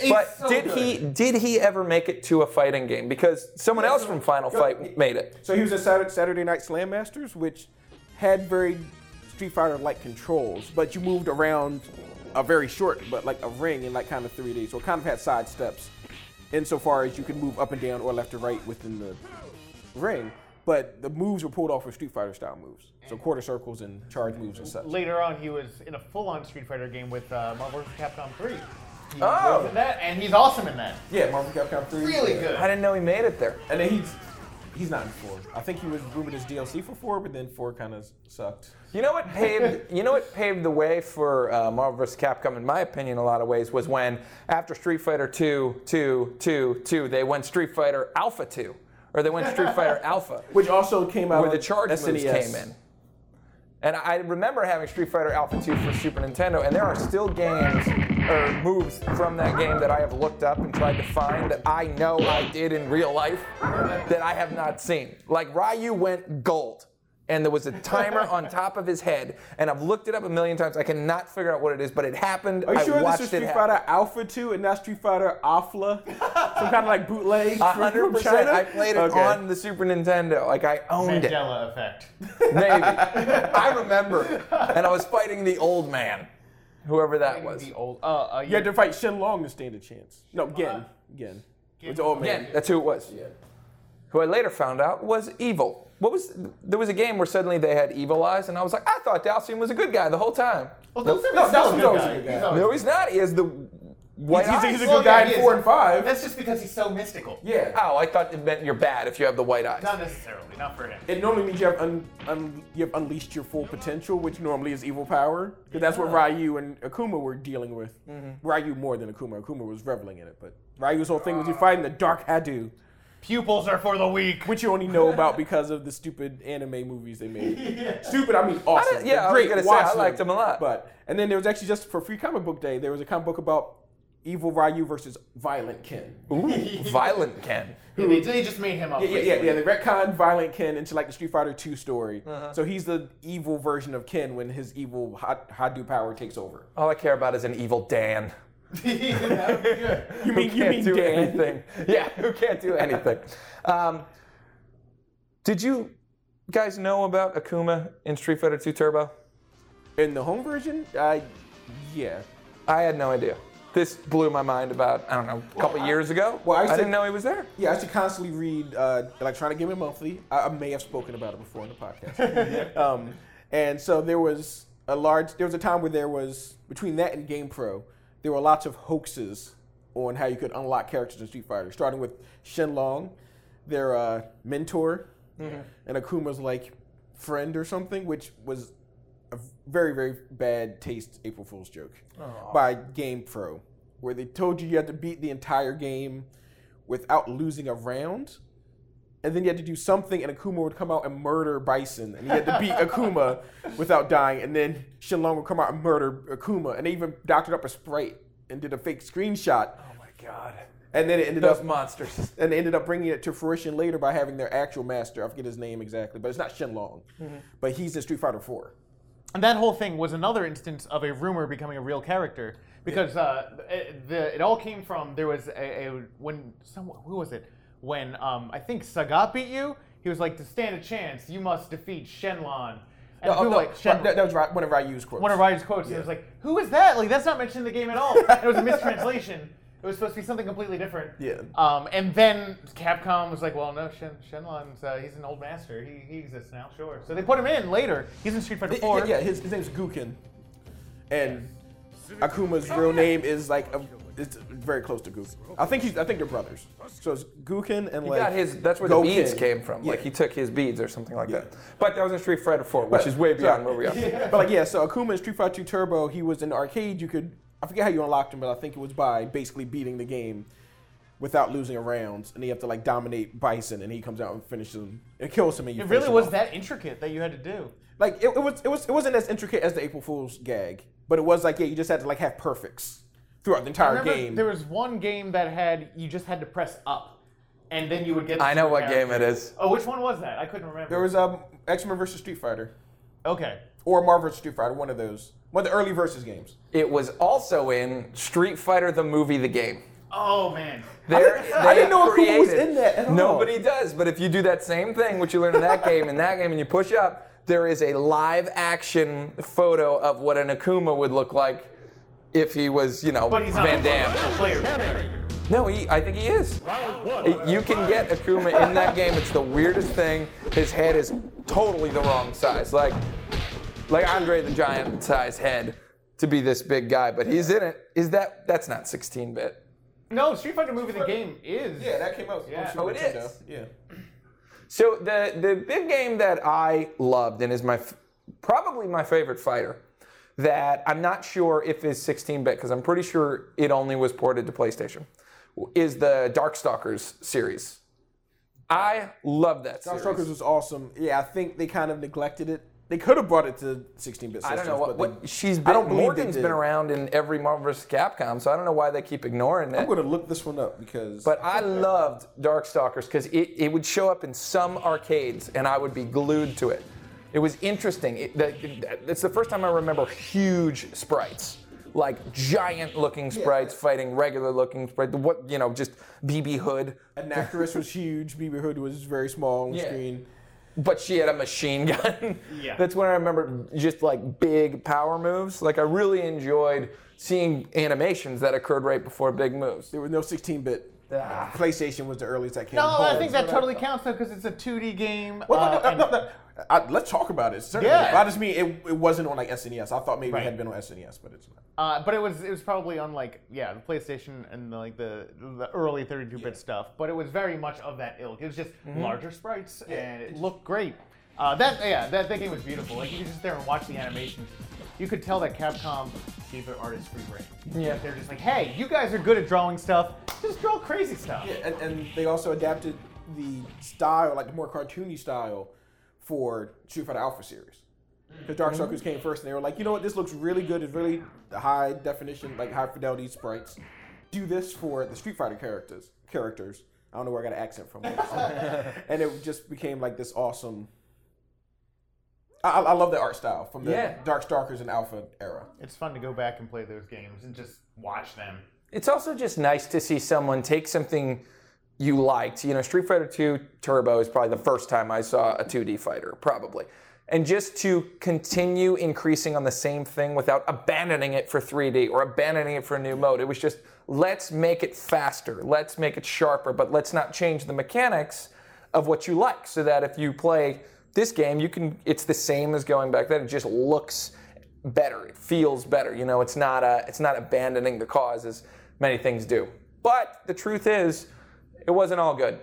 S1: but
S2: so
S1: did he did he ever make it to a fighting game? Because someone else from Final Fight made it.
S3: So he was at Saturday, Saturday Night Slam Masters, which had very Street Fighter like controls, but you moved around a very short, but like a ring in like kind of 3D. So it kind of had side steps insofar as you could move up and down or left to right within the ring. But the moves were pulled off with Street Fighter style moves. So quarter circles and charge moves and such.
S2: Later on, he was in a full-on Street Fighter game with uh, Marvel vs. Capcom 3. He
S1: Oh.
S2: was in that, and he's awesome in that.
S3: Yeah, Marvel Capcom 3.
S2: Really
S3: yeah.
S2: good.
S1: I didn't know he made it there.
S3: And then he's he's not in four. I think he was rumored as DLC for four, but then four kind of sucked.
S1: You know what paved you know what paved the way for uh, Marvel vs. Capcom, in my opinion, in a lot of ways, was when after Street Fighter 2, 2, 2, 2, they went Street Fighter Alpha 2, or they went Street Fighter Alpha.
S3: Which also came out
S1: where the
S3: on
S1: charge moves
S3: SNES.
S1: came in. And I remember having Street Fighter Alpha 2 for Super Nintendo, and there are still games or moves from that game that I have looked up and tried to find that I know I did in real life that I have not seen. Like Ryu went gold, and there was a timer on top of his head, and I've looked it up a million times. I cannot figure out what it is, but it happened.
S3: Are you
S1: I
S3: sure
S1: watched
S3: this is
S1: it
S3: Street
S1: happen.
S3: Fighter Alpha 2 and not Street Fighter Alpha? Some kind of like bootleg
S1: A
S3: from-
S1: hundred
S3: from
S1: percent.
S3: China?
S1: I played it
S3: Okay.
S1: on the Super Nintendo. Like I owned it.
S2: Mandela effect.
S1: Maybe. I remember. And I was fighting the old man, whoever that was.
S2: The old, uh, uh,
S3: You had to fight Shen Long to stand a chance. No, Gen. Gen. It's the old man.
S1: Again, that's who it was. Who I later found out was evil. What was there was a game where suddenly they had evil eyes, and I was like, I thought Dalsium was a good guy the whole time.
S2: Well,
S1: Nope.
S2: Dawson's
S3: No,
S2: still
S3: Dawson's always a good guy.
S2: Oh, He's always-
S1: No, he's not. He has the white
S3: He's, he's
S1: eyes.
S3: a
S2: Well,
S3: good guy
S2: yeah, he
S3: in
S2: is.
S3: 4 and 5.
S2: That's just because he's so mystical.
S3: yeah.
S1: Oh, I thought it meant you're bad if you have the white eyes.
S2: Not necessarily, not for him.
S3: It normally means you have un, un, you have unleashed your full potential, which normally is evil power, because that's what Ryu and Akuma were dealing with.
S1: Mm-hmm.
S3: Ryu more than Akuma. Akuma was reveling in it, but Ryu's whole thing was you fighting the Dark Hadu,
S2: Pupils are for the weak.
S3: which you only know about because of the stupid anime movies they made. Stupid, I mean
S1: I
S3: awesome.
S1: didn't- yeah, I
S3: They're
S1: was
S3: great.
S1: gonna say,
S3: Watch
S1: I liked them a lot.
S3: But and then there was actually just for Free Comic Book Day, there was a comic book about evil Ryu versus violent Ken.
S1: Ooh, violent Ken.
S2: Yeah, they, they just made him up.
S3: Yeah, yeah, yeah, yeah. They retcon Violent Ken into like the Street Fighter 2 story.
S1: Uh-huh.
S3: So he's the evil version of Ken when his evil Ha- Hadu power takes over.
S1: All I care about is an evil Dan.
S2: basically. that would be good.
S3: You mean you
S1: can't
S3: mean
S1: do
S3: Dan?
S1: anything. Yeah, who can't do anything. Um, did you guys know about Akuma in Street Fighter 2 Turbo?
S3: In the home version, I yeah.
S1: I had no idea. this blew my mind about I don't know a couple years ago.
S3: Well, I
S1: I,
S3: used to-
S1: didn't know he was there.
S3: Yeah, I used to constantly read uh, Electronic Gaming Monthly. I, I may have spoken about it before in the podcast. um, and so there was a large, there was a time where there was, between that and GamePro, there were lots of hoaxes on how you could unlock characters in Street Fighter, starting with Shenlong, their uh, mentor, and Akuma's like friend or something, which was a very, very bad taste April Fool's joke by GamePro, where they told you you had to beat the entire game without losing a round. And then you had to do something, and Akuma would come out and murder Bison, and you had to beat Akuma without dying. And then Shenlong would come out and murder Akuma, and they even doctored up a sprite and did a fake screenshot,
S1: Oh my god,
S3: and then it ended
S1: those
S3: up
S1: monsters.
S3: and they ended up bringing it to fruition later by having their actual master. I forget his name exactly, but it's not Shenlong,
S2: Mm-hmm.
S3: but he's in Street Fighter Four.
S2: And that whole thing was another instance of a rumor becoming a real character because uh, it, the, it all came from there was a, a when someone who was it when um, I think Sagat beat you he was like to stand a chance you must defeat Shenlon and
S3: Oh,
S2: people
S3: no,
S2: were like Shenlon.
S3: that, that was Ra- one of Ryu's quotes.
S2: one of Ryan's quotes and it was like who is that like that's not mentioned in the game at all and it was a mistranslation it was supposed to be something completely different
S3: Yeah.
S2: um, and then Capcom was like well no Shen, Shenlon's uh, he's an old master he, he exists now sure so they put him in later he's in Street Fighter 4
S3: Yeah, his, his name's Guken, and Akuma's
S1: Oh,
S3: real name is like a, it's very close to Guken. I think he's I think they're brothers. So it's Guken and
S1: He
S3: like
S1: got his. That's where the
S3: Goken.
S1: beads came from. Like
S3: Yeah.
S1: he took his beads or something like
S3: Yeah.
S1: that. But that was in Street Fighter 4, which is way beyond where we are.
S3: But like yeah, so Akuma in Street Fighter 2 Turbo, he was in the arcade. You could I forget how you unlocked him, but I think it was by basically beating the game without losing a round, and you have to like dominate Bison, and he comes out and finishes him, it kills him, and you
S2: It
S3: finish
S2: really
S3: him
S2: was
S3: off.
S2: that intricate that you had to do.
S3: like it, it was it was it wasn't as intricate as the April Fool's gag, but it was like yeah, you just had to like have perfects throughout the
S2: I
S3: entire
S2: remember
S3: game.
S2: There was one game that had you just had to press up, and then you would get. the
S1: I know
S2: super
S1: what game it
S2: character.
S1: is.
S2: Oh, which one was that? I couldn't remember.
S3: There was um, X Men versus Street Fighter,
S2: okay.
S3: or Marvel versus Street Fighter, one of those, one of the early versus games.
S1: It was also in Street Fighter the movie, the game.
S2: Oh man.
S1: They're-
S3: didn't- I
S1: they
S3: didn't know Akuma was
S1: created-
S3: in that at all.
S1: Nobody does. But if you do that same thing, which you learn in that game, in that game, and you push up, there is a live action photo of what an Akuma would look like if he was, you know,
S2: But he's not
S1: Van
S2: a
S1: Damme.
S2: player.
S1: No, he, I think he is. It- You can get Akuma in that game. It's the weirdest thing. His head is totally the wrong size. Like, like Andre the Giant size head to be this big guy, but he's in it. Is that that's not 16 bit?
S2: No, Street Fighter movie. The game is.
S3: Yeah, that came out. on
S2: Yeah.
S3: Super
S1: Oh, it
S3: Nintendo.
S1: is?
S3: Yeah.
S1: So the the big game that I loved and is my f- probably my favorite fighter that I'm not sure if is 16-bit because I'm pretty sure it only was ported to PlayStation is the Darkstalkers series. I love that series.
S3: Darkstalkers was awesome. Yeah, I think they kind of neglected it. They could have brought it to 16-bit systems.
S1: I don't know what,
S3: but
S1: what
S3: they-
S1: she's
S3: I
S1: been.
S3: don't believe they
S1: Morgan's
S3: did.
S1: been around in every Marvel vs. Capcom, so I don't know why they keep ignoring it.
S3: I'm gonna look this one up because.
S1: But I loved Darkstalkers because it, it would show up in some arcades and I would be glued to it. It was interesting. It, the, it- it's the first time I remember huge sprites, like giant looking sprites fighting regular looking sprites. What, you know, just BB Hood.
S3: Anacharist was huge. BB Hood was very small on
S1: Yeah.
S3: screen.
S1: But she had a machine gun.
S2: Yeah.
S1: That's when I remember just like big power moves. Like I really enjoyed seeing animations that occurred right before big moves.
S3: There was no 16-bit.
S1: Ah.
S3: PlayStation was the earliest that came.
S2: No, I
S3: home.
S2: think that totally counts though because it's a 2D game.
S3: Well,
S2: uh,
S3: no, no,
S2: and-
S3: no, no, no. I, let's talk about it. Certainly.
S2: Yeah.
S3: But I just mean it, it wasn't on like SNES. I thought maybe
S2: Right.
S3: it had been on SNES, but it's not.
S2: Uh, but it was it was probably on like yeah the PlayStation and the, like the the early 32-bit stuff. But it was very much of that ilk. It was just
S3: Mm-hmm.
S2: larger sprites and it looked great. Uh, that yeah that, that game was beautiful. Like you could just sit there and watch the animations. You could tell that Capcom gave their artists free reign.
S1: Yeah.
S2: Like, they're just like hey you guys are good at drawing stuff. Just draw crazy stuff.
S3: Yeah, and, and they also adapted the style, like the more cartoony style, for Street Fighter Alpha series. Because Dark Darkstalkers came first, and they were like, you know what, this looks really good. It's really high definition, like high fidelity sprites. Do this for the Street Fighter characters. Characters. I don't know where I got an accent from. and it just became like this awesome. I, I I love the art style from the
S1: Yeah.
S3: Dark Darkstalkers and Alpha era.
S2: It's fun to go back and play those games and just watch them.
S1: It's also just nice to see someone take something you liked. You know, Street Fighter 2 Turbo is probably the first time I saw a 2D fighter, probably. and just to continue increasing on the same thing without abandoning it for 3D or abandoning it for a new mode. It was just let's make it faster, let's make it sharper, but let's not change the mechanics of what you like so that if you play this game, you can it's the same as going back then. It just looks better. It feels better. You know, it's not uh it's not abandoning the cause as many things do. But the truth is, it wasn't all good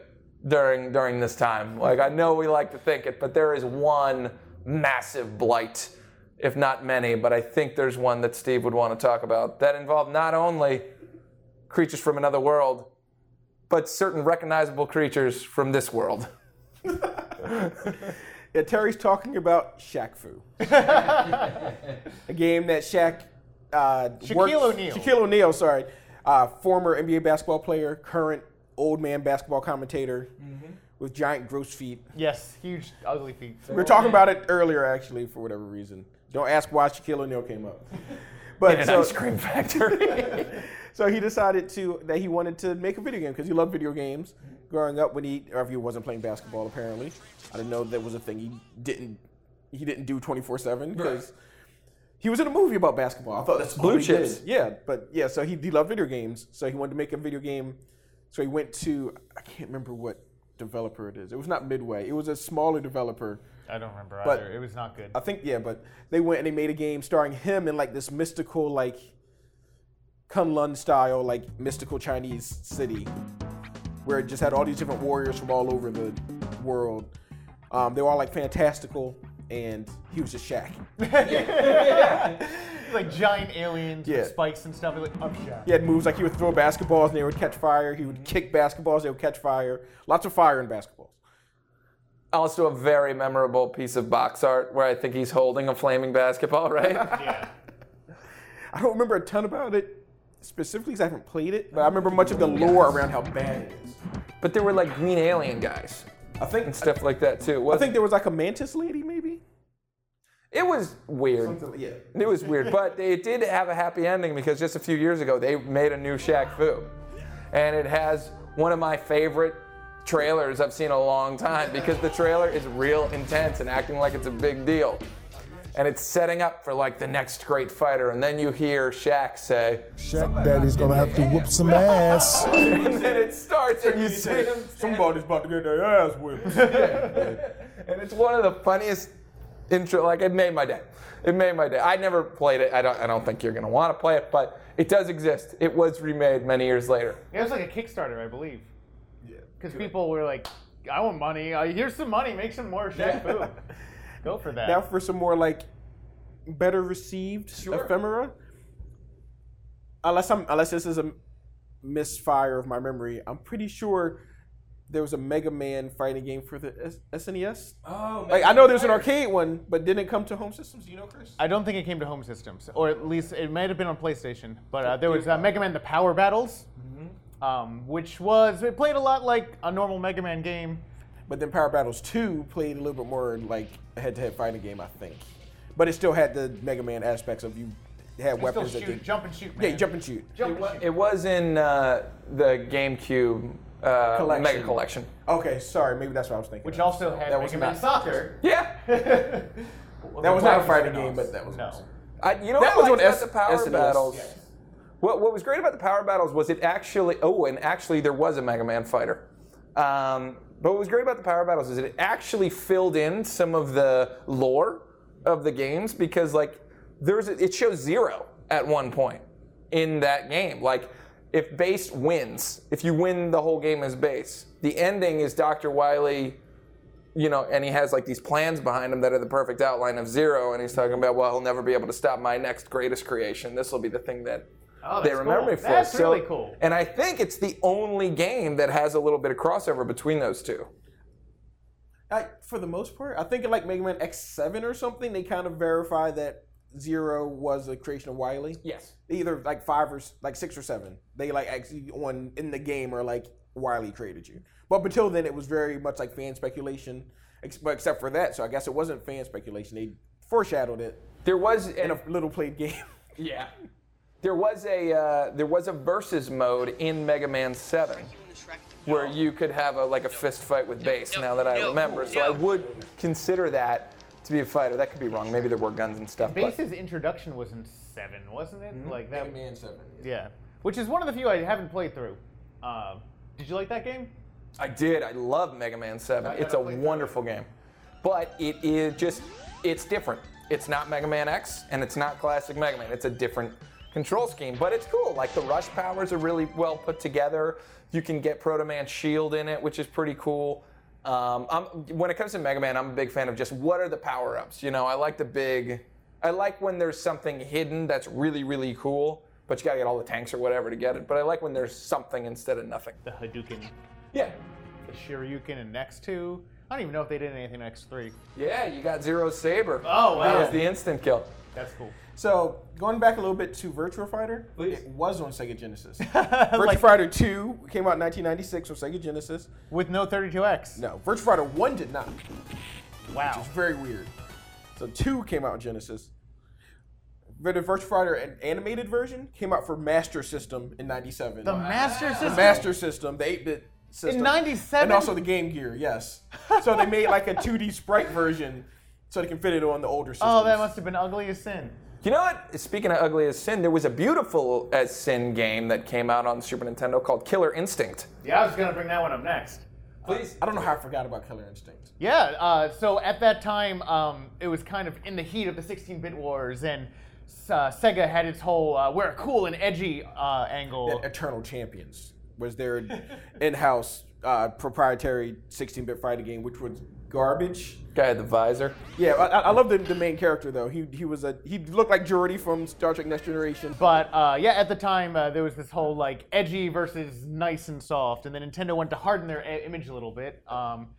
S1: during during this time. Like I know we like to think it, but there is one massive blight, if not many, but I think there's one that Steve would want to talk about that involved not only creatures from another world, but certain recognizable creatures from this world.
S3: Yeah, Terry's talking about Shaq Fu. a game that Shaq uh, Shaquille
S2: O'Neal.
S3: Shaquille O'Neal, sorry. Uh, former NBA basketball player, current old man basketball commentator with giant gross feet.
S2: Yes, huge, ugly feet.
S3: We were talking about it earlier, actually, for whatever reason. Don't ask why Shaquille O'Neal came up. But
S1: An
S3: so,
S1: ice cream factory.
S3: so he decided to that he wanted to make a video game because he loved video games. Growing up, when he or if he wasn't playing basketball, apparently, I didn't know that was a thing. He didn't he didn't do twenty four seven because he was in a movie about basketball. I thought that's
S1: Blue
S3: all he did.
S1: Chips.
S3: Yeah, but yeah, so he, he loved video games, so he wanted to make a video game. So he went to I can't remember what developer it is. It was not Midway. It was a smaller developer.
S2: I don't remember
S3: But-
S2: either. It was not good.
S3: I think yeah, but they went and they made a game starring him in like this mystical like Kun Lun style like mystical Chinese city where it just had all these different warriors from all over the world. Um, they were all like fantastical, and he was just Shaq.
S2: like giant aliens
S3: Yeah.
S2: with spikes and stuff. Like, oh, up shot.
S3: He had moves like he would throw basketballs and they would catch fire. He would kick basketballs, they would catch fire. Lots of fire in basketballs.
S1: also a very memorable piece of box art where I think he's holding a flaming basketball, right?
S2: Yeah.
S3: I don't remember a ton about it specifically because I haven't played it, but I remember much of the lore around how bad it is.
S1: but there were like green alien guys
S3: I think
S1: and stuff like that too.
S3: I think there was like a mantis lady, maybe.
S1: it was weird.
S3: Yeah.
S1: It was weird, but they did have a happy ending because just a few years ago they made a new Shaq Fu, and it has one of my favorite trailers I've seen in a long time because the trailer is real intense and acting like it's a big deal, and it's setting up for like the next great fighter, and then you hear Shaq say,
S4: Shaq Daddy's gonna have to whoop some ass.
S1: and then it starts and you see him
S3: Somebody's about to get their ass whipped.
S1: And it's one of the funniest intro. Like it made my day. It made my day. I never played it. I don't. I don't think you're gonna want to play it, but it does exist. It was remade many years later.
S2: It was like a Kickstarter, I believe. Because people were like, I want money. Uh, here's some money. Make some more Shaq Fu. Go for that.
S3: now for some more like better received ephemera. Unless I'm unless this is a misfire of my memory, I'm pretty sure there was a Mega Man fighting game for the S- SNES.
S1: Oh,
S3: Like I know there's an arcade one, but didn't it come to home systems? Do you know, Chris?
S2: I don't think it came to home systems, or at least it might have been on PlayStation. But uh, there was uh, Mega Man: The Power Battles,
S3: Mm-hmm.
S2: um, which was it played a lot like a normal Mega Man game.
S3: But then Power Battles 2 played a little bit more like a head-to-head fighting game, I think. But it still had the Mega Man aspects of you had
S2: Still
S3: weapons that
S2: shoot,
S3: did
S2: jump and shoot, man.
S3: Yeah, you jump and shoot.
S2: Jump
S1: It
S2: and
S1: was,
S2: shoot.
S1: it was in uh, the GameCube uh,
S3: Collection.
S1: Mega Collection.
S3: Okay, sorry, maybe that's what I was thinking.
S2: Which
S3: of.
S2: also had
S1: That
S2: Mega
S1: was
S2: Man
S1: not-
S2: Soccer.
S1: Yeah.
S3: that was not a
S2: Why-
S3: fighting game, but that was
S2: no.
S1: I, you know
S3: That
S1: what I
S3: was
S1: liked
S3: on
S1: about
S3: S-
S1: the power
S3: SNES.
S1: battles.
S3: Yes.
S1: What, what was great about the power battles was it actually. Oh, and actually, there was a Mega Man fighter. Um, but what was great about the power battles is it actually filled in some of the lore of the games because like there's a, it shows zero at one point in that game. Like if base wins, if you win the whole game as base, the ending is Dr. Wily you know, and he has like these plans behind him that are the perfect outline of zero, and he's talking about, well, he'll never be able to stop my next greatest creation. This will be the thing that
S2: Oh,
S1: they
S2: that's
S1: remember
S2: cool.
S1: me for. eh,
S2: That's
S1: So-
S2: really cool.
S1: And I think it's the only game that has a little bit of crossover between those two.
S3: I, for the most part, I think in like Mega Man X7 or something, they kind of verify that Zero was a creation of Wily.
S1: Yes.
S3: Either like five or s- like six or seven. They like actually on in the game or like Wily created you. But up until then, it was very much like fan speculation. Ex- but except for that, so I guess it wasn't fan speculation. They foreshadowed it
S1: There was and
S3: in a little played game.
S1: yeah. There was a uh, there was a versus mode in Mega Man Seven where you could have a like a fist fight with base. Now that I remember, so I would consider that to be a fighter. That could be wrong. Maybe there were guns and stuff. But
S2: Base's introduction was in seven, wasn't it? Like that.
S3: Man Seven.
S2: Yeah, which is one of the few I haven't played through. Um, did you like that game?
S1: I did. I love Mega Man 7. It's a wonderful game. But it is just, it's different. It's not Mega Man X and it's not classic Mega Man. It's a different control scheme, but it's cool. Like the rush powers are really well put together. You can get Proto Man's shield in it, which is pretty cool. Um, I'm, when it comes to Mega Man, I'm a big fan of just what are the power ups. You know, I like the big, I like when there's something hidden that's really, really cool, but you gotta get all the tanks or whatever to get it. But I like when there's something instead of nothing.
S2: The Hadouken,
S1: Yeah.
S2: the Shiryuken, and X two. I don't even know if they did anything in X three.
S1: Yeah, you got zero saber.
S2: Oh, wow.
S1: That was the instant kill.
S2: That's cool.
S3: So going back a little bit to Virtua Fighter, it was on Sega Genesis. Virtua
S2: Like-
S3: Fighter Two came out in 1996 on Sega Genesis.
S2: With no 32X.
S3: No, Virtua Fighter One did not.
S2: Wow.
S3: It's very weird. So two came out in Genesis. But the Virtua Fighter an animated version came out for Master System in '97.
S2: The Master System.
S3: Master System, the 8-bit system.
S2: In 97?
S3: And also the Game Gear, yes. So they made like a 2D sprite version so they can fit it on the older systems.
S2: Oh, that must have been ugly as sin.
S1: You know what? Speaking of ugly as sin, there was a beautiful as sin game that came out on Super Nintendo called Killer Instinct.
S2: Yeah, I was gonna bring that one up next.
S1: Please.
S3: I don't know how I forgot about Killer Instinct.
S2: Yeah. Uh, so at that time, um, it was kind of in the heat of the 16-bit wars, and uh, Sega had its whole uh, "we're cool and edgy" uh, angle.
S3: Eternal Champions was their in-house uh, proprietary 16-bit fighting game, which was garbage.
S1: Guy had the visor.
S3: Yeah, I, I I love the, the main character though. He he was a he looked like Geordie from Star Trek Next Generation.
S2: But uh, yeah, at the time, uh, there was this whole like edgy versus nice and soft, and then Nintendo went to harden their i- image a little bit. Um,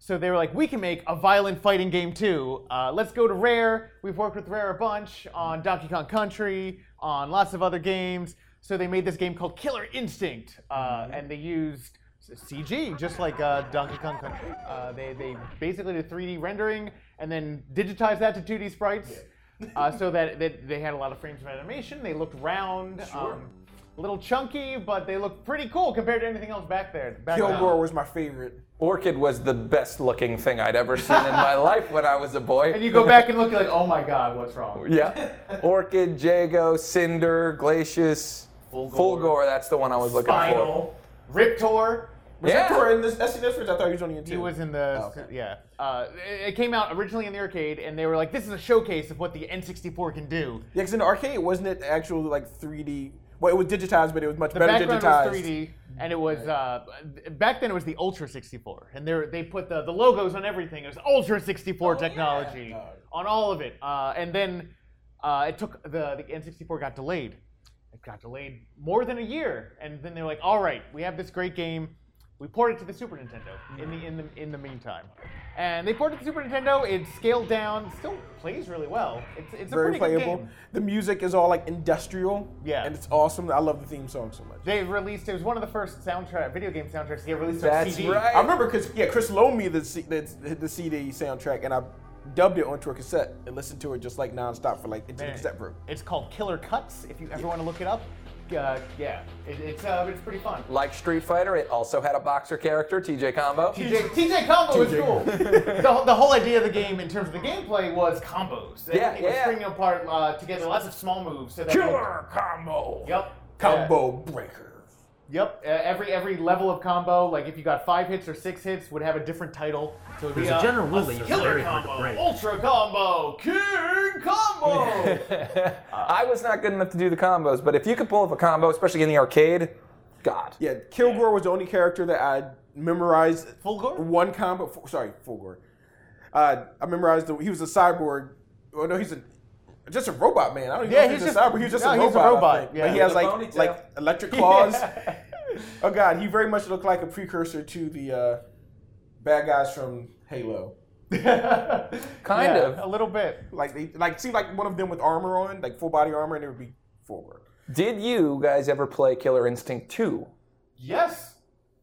S2: so they were like, we can make a violent fighting game too. Uh, let's go to Rare. We've worked with Rare a bunch on Donkey Kong Country, on lots of other games. So they made this game called Killer Instinct, uh, and they used CG, just like uh, Donkey Kong Country. Uh, they, they basically did 3D rendering and then digitized that to 2D sprites uh, so that, that they had a lot of frames of animation. They looked round, um, a little chunky, but they looked pretty cool compared to anything else back there. Back
S3: Kilgore
S2: then.
S3: was my favorite.
S1: Orchid was the best looking thing I'd ever seen in my life when I was a boy.
S2: And you go back and look, you're like, oh my god, what's wrong?
S1: yeah. Orchid, Jago, Cinder, Glacius,
S2: Fulgore.
S1: Fulgore. That's the one I was looking
S2: Final. Riptor.
S1: for. Yeah.
S3: Kilgore in this SNES version, I thought he was E only in two.
S2: He was in the
S3: Oh, okay.
S2: yeah. Uh, it it came out originally in the arcade, and they were like, "This is a showcase of what the N64 can do."
S3: Yeah, 'cause in the arcade, wasn't it actual like 3D? Well, it was digitized, but it was much
S2: The
S3: better
S2: background
S3: digitized.
S2: was 3D, and it was uh, back then it was the Ultra 64, and they were- they put the, the logos on everything. It was Ultra 64
S3: Oh,
S2: technology on all of it, uh, and then uh, it took the the N64 got delayed. It got delayed more than a year, and then they were like, "All right, we have this great game." We ported it to the Super Nintendo in the in the in the meantime, and they ported it to the Super Nintendo. It scaled down, still plays really well. It's it's a
S3: Very
S2: pretty good
S3: playable.
S2: game.
S3: The music is all like industrial.
S2: Yeah.
S3: And it's awesome. I love the theme song so much.
S2: They released it was one of the first soundtrack video game soundtracks to get released on
S1: That's
S2: CD.
S1: right.
S3: I remember because yeah, Chris loaned me the, C, the the CD soundtrack, and I dubbed it onto a cassette and listened to it just like nonstop for like into the
S2: Man,
S3: cassette room.
S2: It's called Killer Cuts. If you ever want to look it up, uh, yeah, it, it's uh, it's pretty fun.
S1: Like Street Fighter, it also had a boxer character, TJ Combo.
S2: TJ, TJ combo was cool. the, the whole idea of the game in terms of the gameplay was combos. They-
S1: Yeah,
S2: it was
S1: yeah.
S2: stringing apart uh, together lots of small moves. So that
S1: Killer Combo.
S2: Yep. Uh,
S3: Combo breaker.
S2: Yep. Uh, every every level of combo, like if you got five hits or six hits, would have a different title. So it'd be
S5: There's a
S2: uh,
S5: general rule that you're
S2: killer
S5: very hard to
S2: combo,
S5: break.
S2: ultra combo, king combo.
S1: I was not good enough to do the combos, but if you could pull off a combo, especially in the arcade, God.
S3: Yeah, Kilgore was the only character that I memorized.
S2: Fulgore?
S3: One combo. Fu- Sorry, Fulgore. Uh, I memorized. The, he was a cyborg. Oh no, he's a just a robot man. I don't even
S2: Yeah,
S3: know if
S2: he's
S3: he's, a
S2: just-
S3: cyborg. He was just
S2: no,
S3: a
S2: he's a
S3: robot. I
S2: robot,
S3: think.
S2: yeah.
S3: But he has
S1: With a
S3: like
S1: ponytail.
S3: like electric claws.
S2: Yeah.
S3: Oh god, he very much looked like a precursor to the uh, bad guys from Halo.
S1: Kind
S2: Yeah,
S1: of.
S2: a little bit.
S3: Like they like seemed like one of them with armor on, like full body armor, and it would be Fulgore.
S1: Did you guys ever play Killer Instinct 2?
S2: Yes.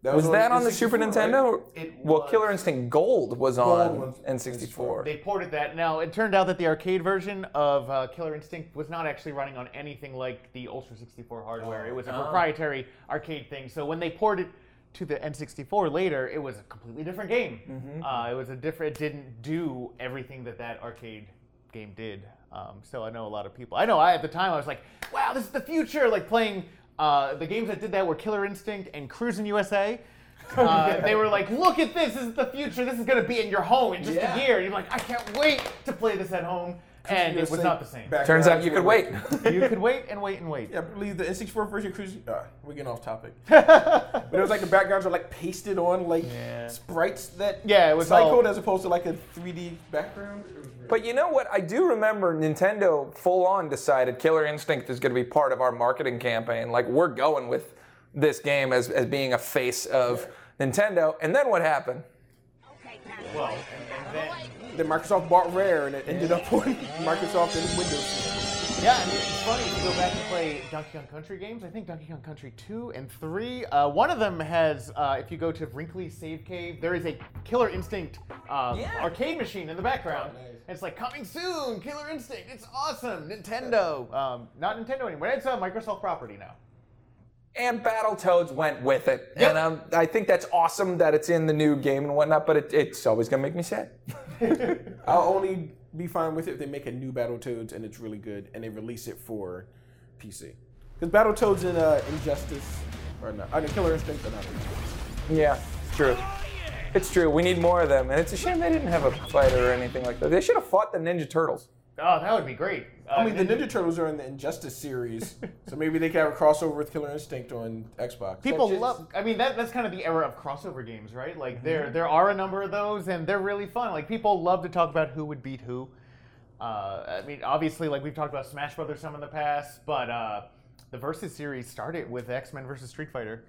S1: Was that on the
S3: 64,
S1: Super
S3: right?
S1: Nintendo?
S2: It
S1: well,
S2: was.
S1: Killer Instinct Gold was on
S3: was-
S1: N64.
S2: They ported that. Now it turned out that the arcade version of uh, Killer Instinct was not actually running on
S1: Oh.
S2: anything like the Ultra 64 hardware. It was a proprietary arcade thing. So when they ported it to the N64 later, it was a completely different game.
S1: Mm-hmm.
S2: Uh, it was a different. It didn't do everything that that arcade game did. Um, so I know a lot of people. I know I at the time I was like, wow, this is the future. Like playing uh, the games that did that were Killer Instinct and Cruising USA. Uh, They were like, look at this. This is the future. This is gonna be in your home in just
S3: Yeah.
S2: a year. You're like, I can't wait to play this at home. And it was not the same.
S3: Back
S1: Turns
S3: when I
S1: out
S3: was
S1: you could
S3: with-
S1: wait.
S2: You could wait and wait and wait.
S3: I believe the N64 version cruising. Uh, we're getting off topic. but it was like the backgrounds are like pasted on like
S2: Yeah.
S3: sprites that
S2: Yeah, it was
S3: cycled
S2: all-
S3: as opposed to like a 3D background. It was weird.
S1: But you know what? I do remember Nintendo full on decided Killer Instinct is going to be part of our marketing campaign. Like, we're going with this game as, as being a face of Nintendo. And then what happened?
S2: Well, and then.
S3: Then Microsoft bought Rare and it ended up on Microsoft and Windows.
S2: Yeah, and it's funny if you go back and play Donkey Kong Country games. I think Donkey Kong Country 2 and 3. Uh, one of them has, uh, if you go to Wrinkly Save Cave, there is a Killer Instinct uh, arcade machine in the background.
S3: Oh,
S2: It's like, coming soon, Killer Instinct. It's awesome, Nintendo. Um, not Nintendo anymore. It's a Microsoft property now.
S1: And Battletoads went with it.
S2: Yep.
S1: And um, I think that's awesome that it's in the new game and whatnot, but it, it's always going to make me sad.
S3: I'll only be fine with it if they make a new Battletoads and it's really good and they release it for PC. Because Battletoads and uh, Injustice are not, I mean, Killer Instinct are not.
S1: Yeah, it's true. It's true. We need more of them. And it's a shame they didn't have a fighter or anything like that. They should have fought the Ninja Turtles.
S2: Oh, that would be great. Uh,
S3: I mean, the Ninja Turtles are in the Injustice series, so maybe they can have a crossover with Killer Instinct on Xbox.
S2: People
S1: Just-
S2: love. I mean, that, that's kind of the era of crossover games, right? Like there there are a number of those, and they're really fun. Like people love to talk about who would beat who. Uh, I mean, obviously, like we've talked about Smash Brothers some in the past, but uh, the versus series started with X Men versus Street Fighter.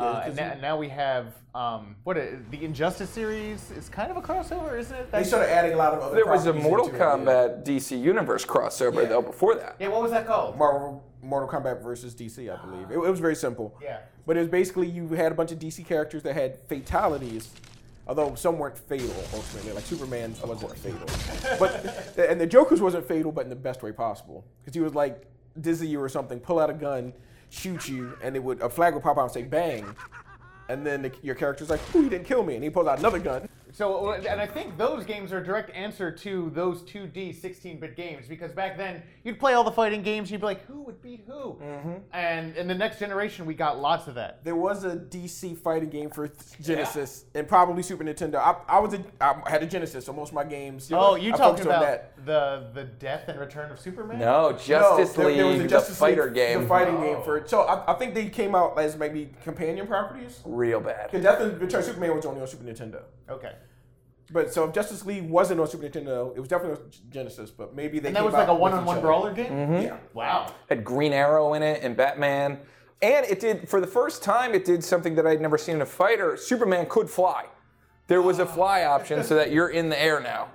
S2: Uh, and, na- now we have um, what uh, the Injustice series is kind of a crossover, isn't it?
S3: They
S2: That's-
S3: started adding a lot of other.
S1: There was a
S3: properties
S1: Mortal
S3: into it, yeah.
S1: Kombat DC Universe crossover,
S3: Yeah.
S1: though, before that.
S2: yeah, what was that called?
S3: Marvel Mortal Kombat versus DC, I believe. It, it was very simple.
S2: Yeah.
S3: But it was basically you had a bunch of DC characters that had fatalities, although some weren't fatal ultimately. Like Superman's wasn't fatal, but and the Joker's wasn't fatal, but in the best way possible because he was like dizzy you or something, pull out a gun, shoot you, and it would a flag would pop out and say bang, and then the, your character's like, "Who you didn't kill me?" and he pulls out another gun.
S2: So, and I think those games are a direct answer to those 2D 16-bit games because back then you'd play all the fighting games, you'd be like, who would beat who?
S3: Mm-hmm.
S2: And in the next generation, we got lots of that.
S3: There was a DC fighting game for th- Genesis and probably Super Nintendo. I, I was a, I had a Genesis, so most of my games.
S2: Oh, you
S3: I
S2: talking
S3: focused on that.
S2: about the the death and return of Superman?
S1: No, Justice
S3: No, there-
S1: League,
S3: there was a
S1: the
S3: Justice League-
S1: fighter game,
S3: The fighting game for it. So I, I think they came out as maybe companion properties.
S1: real bad.
S3: Because Death and Return of Superman was only on Super Nintendo.
S2: Okay.
S3: But so if Justice League wasn't on Super Nintendo, it was definitely on G- Genesis. But maybe they
S2: And
S3: came
S2: that was
S3: out
S2: like a
S3: with
S2: one-on-one
S3: each other.
S2: brawler game?
S3: Yeah.
S2: Wow.
S1: Had Green Arrow in it and Batman, and it did for the first time. It did something that I'd never seen in a fighter. Superman could fly. There was a fly option so that you're in the air now,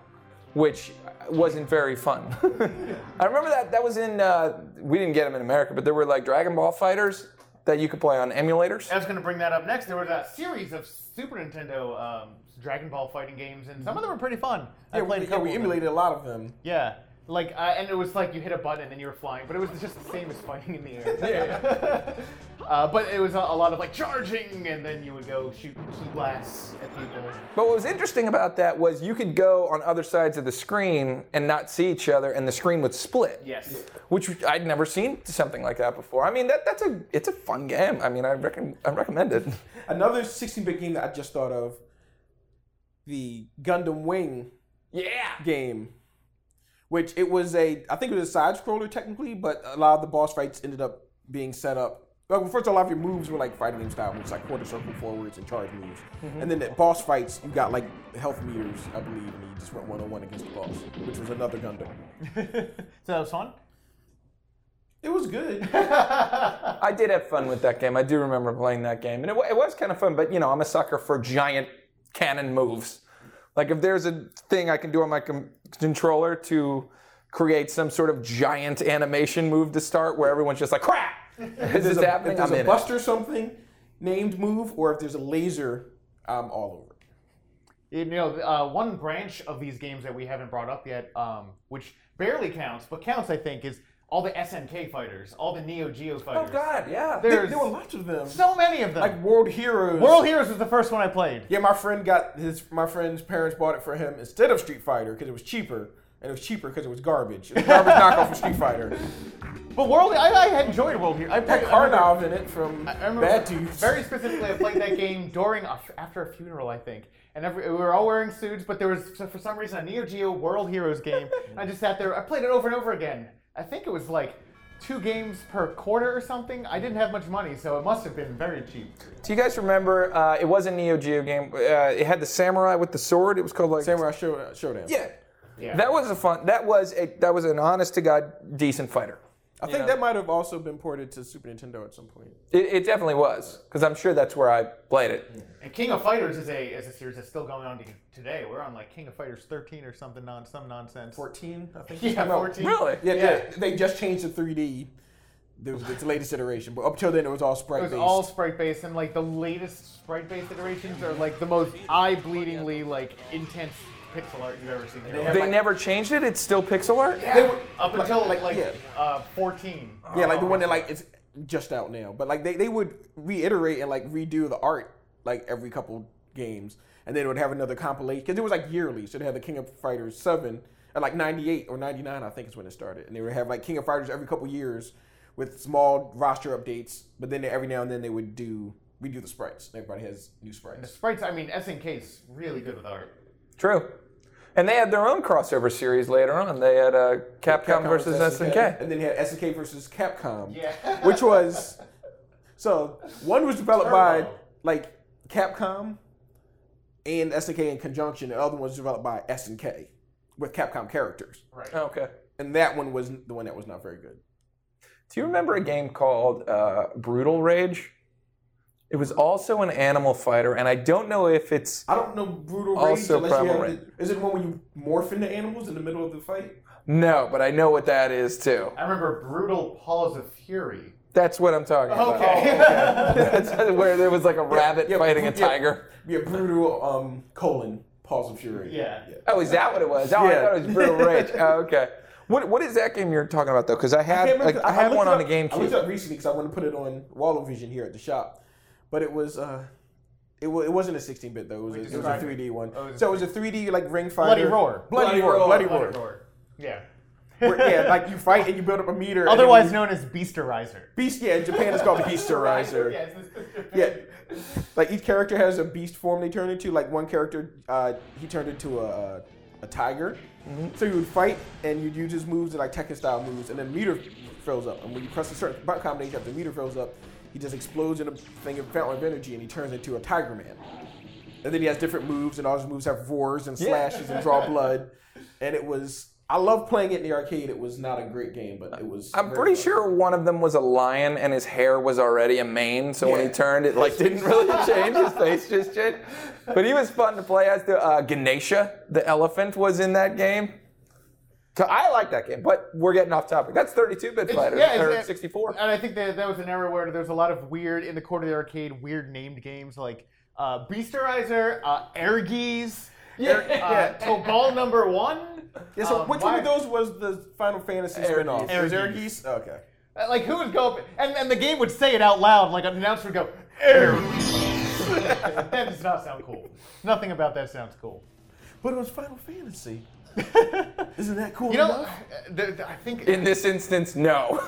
S1: which wasn't very fun. I remember that that was in. Uh, we didn't get them in America, but there were like Dragon Ball fighters that you could play on emulators.
S2: I was going to bring that up next. There was a series of Super Nintendo um, Dragon Ball fighting games, and some of them were pretty fun. I
S3: Yeah,
S2: played
S3: we, yeah,
S2: a couple
S3: we
S2: of them.
S3: emulated a lot of them.
S2: Yeah. Like, uh, and it was like you hit a button and then you were flying, but it was just the same as fighting in the air. Yeah. uh, but it was a, a lot of like charging, and then you would go shoot key blasts at people.
S1: But what was interesting about that was you could go on other sides of the screen and not see each other, and the screen would split.
S2: Yes.
S1: which I'd never seen something like that before. I mean, that that's a it's a fun game. I mean, I reckon I recommend it.
S3: Another 16-bit game that I just thought of, the Gundam Wing
S1: Yeah.
S3: game, which it was a I think it was a side scroller technically, but a lot of the boss fights ended up being set up. Well, first of all, a lot of your moves were like fighting game style moves, like quarter circle forwards and charge moves. And then at boss fights, you got like health meters, I believe, and you just went one on one against the boss, which was another Gundam.
S2: So that was fun.
S3: It was good.
S1: I did have fun with that game. I do remember playing that game, and it, wa- it was kind of fun. But you know, I'm a sucker for giant cannon moves. Like if there's a thing I can do on my com- controller to create some sort of giant animation move to start, where everyone's just like, "Crap, this is
S3: If
S1: happening."
S3: there's
S1: I'm
S3: a
S1: in it.
S3: buster something named move, or if there's a laser, I'm all over. it.
S2: You know, uh, one branch of these games that we haven't brought up yet, um, which barely counts but counts, I think, is all the SNK fighters, all the Neo Geo fighters.
S1: Oh God, yeah.
S3: There-
S2: There's
S3: there were lots of them.
S2: so many of them.
S3: like World Heroes.
S2: World Heroes was the first one I played.
S3: Yeah, my friend got his. My friend's parents bought it for him instead of Street Fighter because it was cheaper, and it was cheaper because it was garbage. It was garbage knockoff from Street Fighter.
S2: But World, I, I had enjoyed World Heroes. I
S3: Had
S2: played
S3: Karnov in it from
S2: I remember
S3: Bad Dudes.
S2: very specifically. I played that game during a, after a funeral, I think, and every, we were all wearing suits. But there was for some reason a Neo Geo World Heroes game. and I just sat there. I played it over and over again. I think it was like two games per quarter or something. I didn't have much money, so it must have been very cheap.
S1: Do you guys remember? Uh, it was a Neo Geo game. Uh, it had the samurai with the sword. It was called like
S3: Samurai Show, Showdown.
S1: Yeah.
S2: Yeah.
S1: That was a fun. That was a that was an honest to god decent fighter.
S3: I think that might have also been ported to Super Nintendo at some point.
S1: It, it definitely was because I'm sure that's where I played it.
S2: And King of Fighters is a is a series that's still going on to, today. We're on like King of Fighters 13 or something non some nonsense.
S3: 14, I think.
S2: Yeah,
S3: Come out.
S2: 14.
S1: Really?
S3: Yeah,
S2: Yeah.
S3: yeah, they just changed the 3D. There was the latest iteration, but up till then it was all sprite
S2: It was
S3: based.
S2: all sprite based, and like the latest sprite based iterations are like the most eye bleedingly like intense pixel art you've ever seen. in your life.
S1: They never changed it. It's still pixel art.
S2: Yeah,
S3: they were-
S2: up
S3: like-
S2: until like,
S3: like, yeah.
S2: uh, 14.
S3: yeah, like the
S1: Oh,
S3: one that like it's just out now, but like they, they would reiterate and like redo the art like every couple games, and then it would have another compilation because it was like yearly. So they had the King of Fighters seven and like ninety eight or ninety nine, I think is when it started, and they would have like King of Fighters every couple years with small roster updates, but then every now and then they would do redo the sprites. Everybody has new
S2: The
S3: sprites.
S2: sprites, I mean, SNK's really good with art.
S1: True. And they had their own crossover series later on. They had uh, Capcom, versus SNK.
S3: And then you had SNK versus Capcom.
S2: Yeah.
S3: Which was so one was developed by
S2: Turbo.
S3: like Capcom and SNK in conjunction. The other one was developed by SNK with Capcom characters.
S2: Right.
S1: Oh, Okay.
S3: And that one was the one that was not very good.
S1: Do you remember a game called uh, Brutal Rage? It was also an Animal Fighter, and I don't know if it's
S3: I don't know Brutal Rage
S1: Also
S3: unless you
S1: Primal
S3: have the- is it one where you morph into animals in the middle of the fight?
S1: no, but I know what that is too.
S2: I remember Brutal Paws of Fury. Oh,
S1: That's what I'm talking about. That's where there was like a rabbit
S3: yeah,
S1: fighting a
S3: yeah.
S1: tiger.
S3: Yeah, Brutal um colon Paws of Fury.
S2: Yeah.
S1: Oh, is that what it was? Oh, I
S3: Yeah.
S1: thought it was Brutal Rage. Oh, okay. What, what is that game you're talking about though? Because I had
S3: can't
S1: I,
S3: remember-
S1: I had
S3: looked
S1: one
S3: it
S1: on the
S3: up- I looked
S1: GameCube.
S3: it up recently because I wanted to put it on Wallow Vision here at the shop, but it was uh, it, wa- it wasn't a 16-bit though. It was, a, it was a
S2: described it.
S3: 3D one.
S2: Oh, it was a
S3: so it was a 3D like ring fighter.
S2: Bloody Roar.
S3: Bloody, roar. Bloody roar.
S2: Bloody Roar. Yeah.
S3: Where- yeah, like you fight and you build up a meter. and then
S2: Otherwise
S3: you-
S2: known as Beasterizer.
S3: beast. Yeah, in Japan it's called Beasterizer.
S2: Yes, it's-
S3: Yeah. Like each character has a beast form they turn into. Like one character, uh, he turned into a, a tiger.
S1: Mm-hmm.
S3: So you would fight and you'd use his moves, like Tekken style moves, and then meter fills up. And when you press a certain button combination after meter fills up, he just explodes in a thing of fountain of energy and he turns into a tiger man. And then he has different moves, and all his moves have roars and slashes and draw blood. And it was. I love playing it in the arcade. It was not a great game, but it was.
S1: I'm
S3: very
S1: pretty
S3: fun.
S1: sure one of them was a lion, and his hair was already a mane. So when he
S3: Yeah.
S1: turned, it like didn't really change. His face just changed. But he was fun to play as. The uh, Ganesha, the elephant, was in that game. So I like that game, but we're getting off topic. That's 32-bit fighter,
S2: yeah, it's-
S1: or
S2: it-
S1: 64.
S2: And I think that that was an era where there's a lot of weird in the corner of the arcade, weird named games like uh, Beasterizer, uh, Ergies, yeah, uh, Tobal Number One.
S3: Yeah, so
S2: Um,
S3: which one of
S2: why-
S3: those was the Final Fantasy spinoff?
S2: Air
S3: Air
S2: Geese.
S3: Geese? Okay.
S2: Uh, Like who would go up and, and the game would say it out loud, like an announcer would go, Ergies. that does not sound cool. Nothing about that sounds cool.
S3: But it was Final Fantasy. Isn't that cool?
S2: You know,
S3: enough?
S2: uh, th- th- I think
S1: In this instance, no.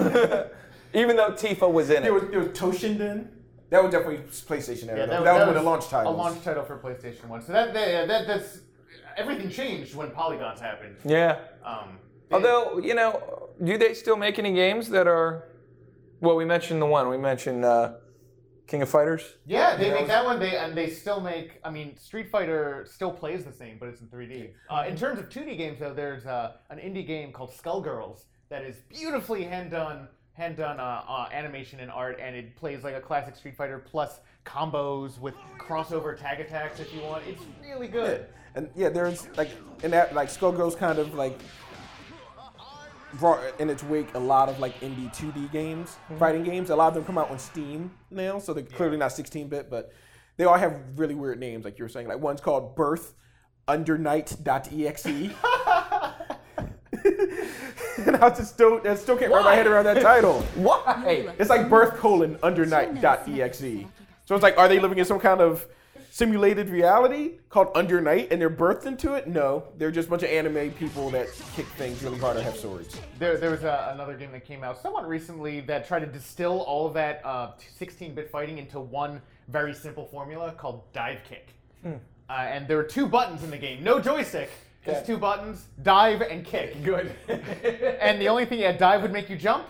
S1: Even though Tifa was in it.
S3: there was there was Toshinden. That was definitely PlayStation era.
S2: Yeah,
S3: though. that, was one of the launch titles.
S2: A launch title for PlayStation One. So that that, that that's everything changed when Polygons happened.
S1: yeah.
S2: Um,
S1: Although, you know, do they still make any games that are. Well, we mentioned the one. We mentioned uh, King of Fighters.
S2: Yeah, they make that one. They and they still make. I mean, Street Fighter still plays the same, but it's in 3D. Uh, in terms of 2D games, though, there's uh, an indie game called Skullgirls that is beautifully hand done, hand done uh, uh, animation and art, and it plays like a classic Street Fighter plus combos with crossover tag attacks if you want. It's really
S3: Yeah.
S2: good.
S3: And yeah, there's like in that like Skullgirls kind of like brought in its wake a lot of like indie 2D games, fighting games. A lot of them come out on Steam now, so they're clearly not 16-bit, but they all have really weird names, like you E were saying. Like one's called Birth Undernight.exe. and I just don't, I still can't wrap my head around that title.
S1: Why?
S3: It's like birth colon under night.exe. So it's like, are they living in some kind of simulated reality called under night and they're birthed into it? No, they're just a bunch of anime people that kick things really hard or have swords.
S2: There, there was a, another game that came out somewhat recently that tried to distill all of that uh, 16-bit fighting into one very simple formula called dive kick. Uh, and there were two buttons in the game, no joystick, just two buttons: dive and kick.
S1: Good.
S2: and the only thing, yeah, dive would make you jump,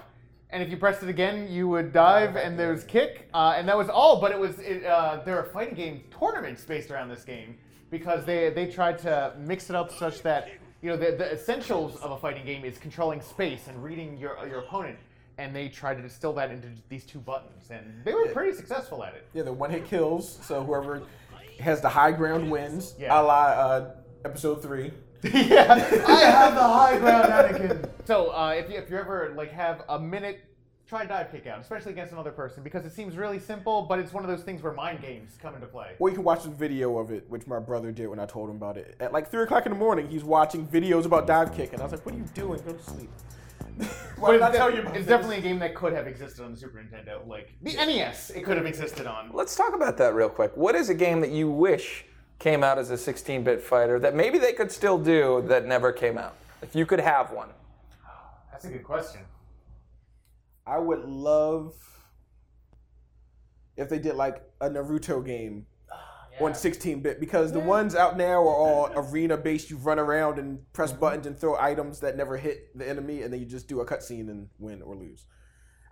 S2: and if you pressed it again, you would dive, and there's kick, uh, and that was all. But it was it, uh, there were fighting game tournaments based around this game because they they tried to mix it up such that you know the, the essentials of a fighting game is controlling space and reading your your opponent, and they tried to distill that into these two buttons, and they were pretty successful at it.
S3: Yeah, the one hit kills. So whoever has the high ground wins.
S2: Yeah.
S3: A la uh, episode three.
S2: yeah, I have the high ground, Anakin. So uh, if you if you ever like have a minute, try dive kick out, especially against another person, because it seems really simple, but it's one of those things where mind games come into play.
S3: Or you can watch the video of it, which my brother did when I told him about it. At like three o'clock in the morning, he's watching videos about dive kick, and I was like, "What are you doing? Go to sleep." Why
S2: But
S3: did I
S2: it's,
S3: tell you about
S2: it's
S3: this?
S2: definitely a game that could have existed on the Super Nintendo, like the NES. It could have existed on.
S1: Let's talk about that real quick. What is a game that you wish came out as a 16-bit fighter that maybe they could still do that never came out? If you could have one.
S2: That's a good question.
S3: I would love if they did like a Naruto game
S2: Ah,
S3: on 16-bit because the ones out now are all arena-based. You run around and press buttons and throw items that never hit the enemy, and then you just do a cutscene and win or lose.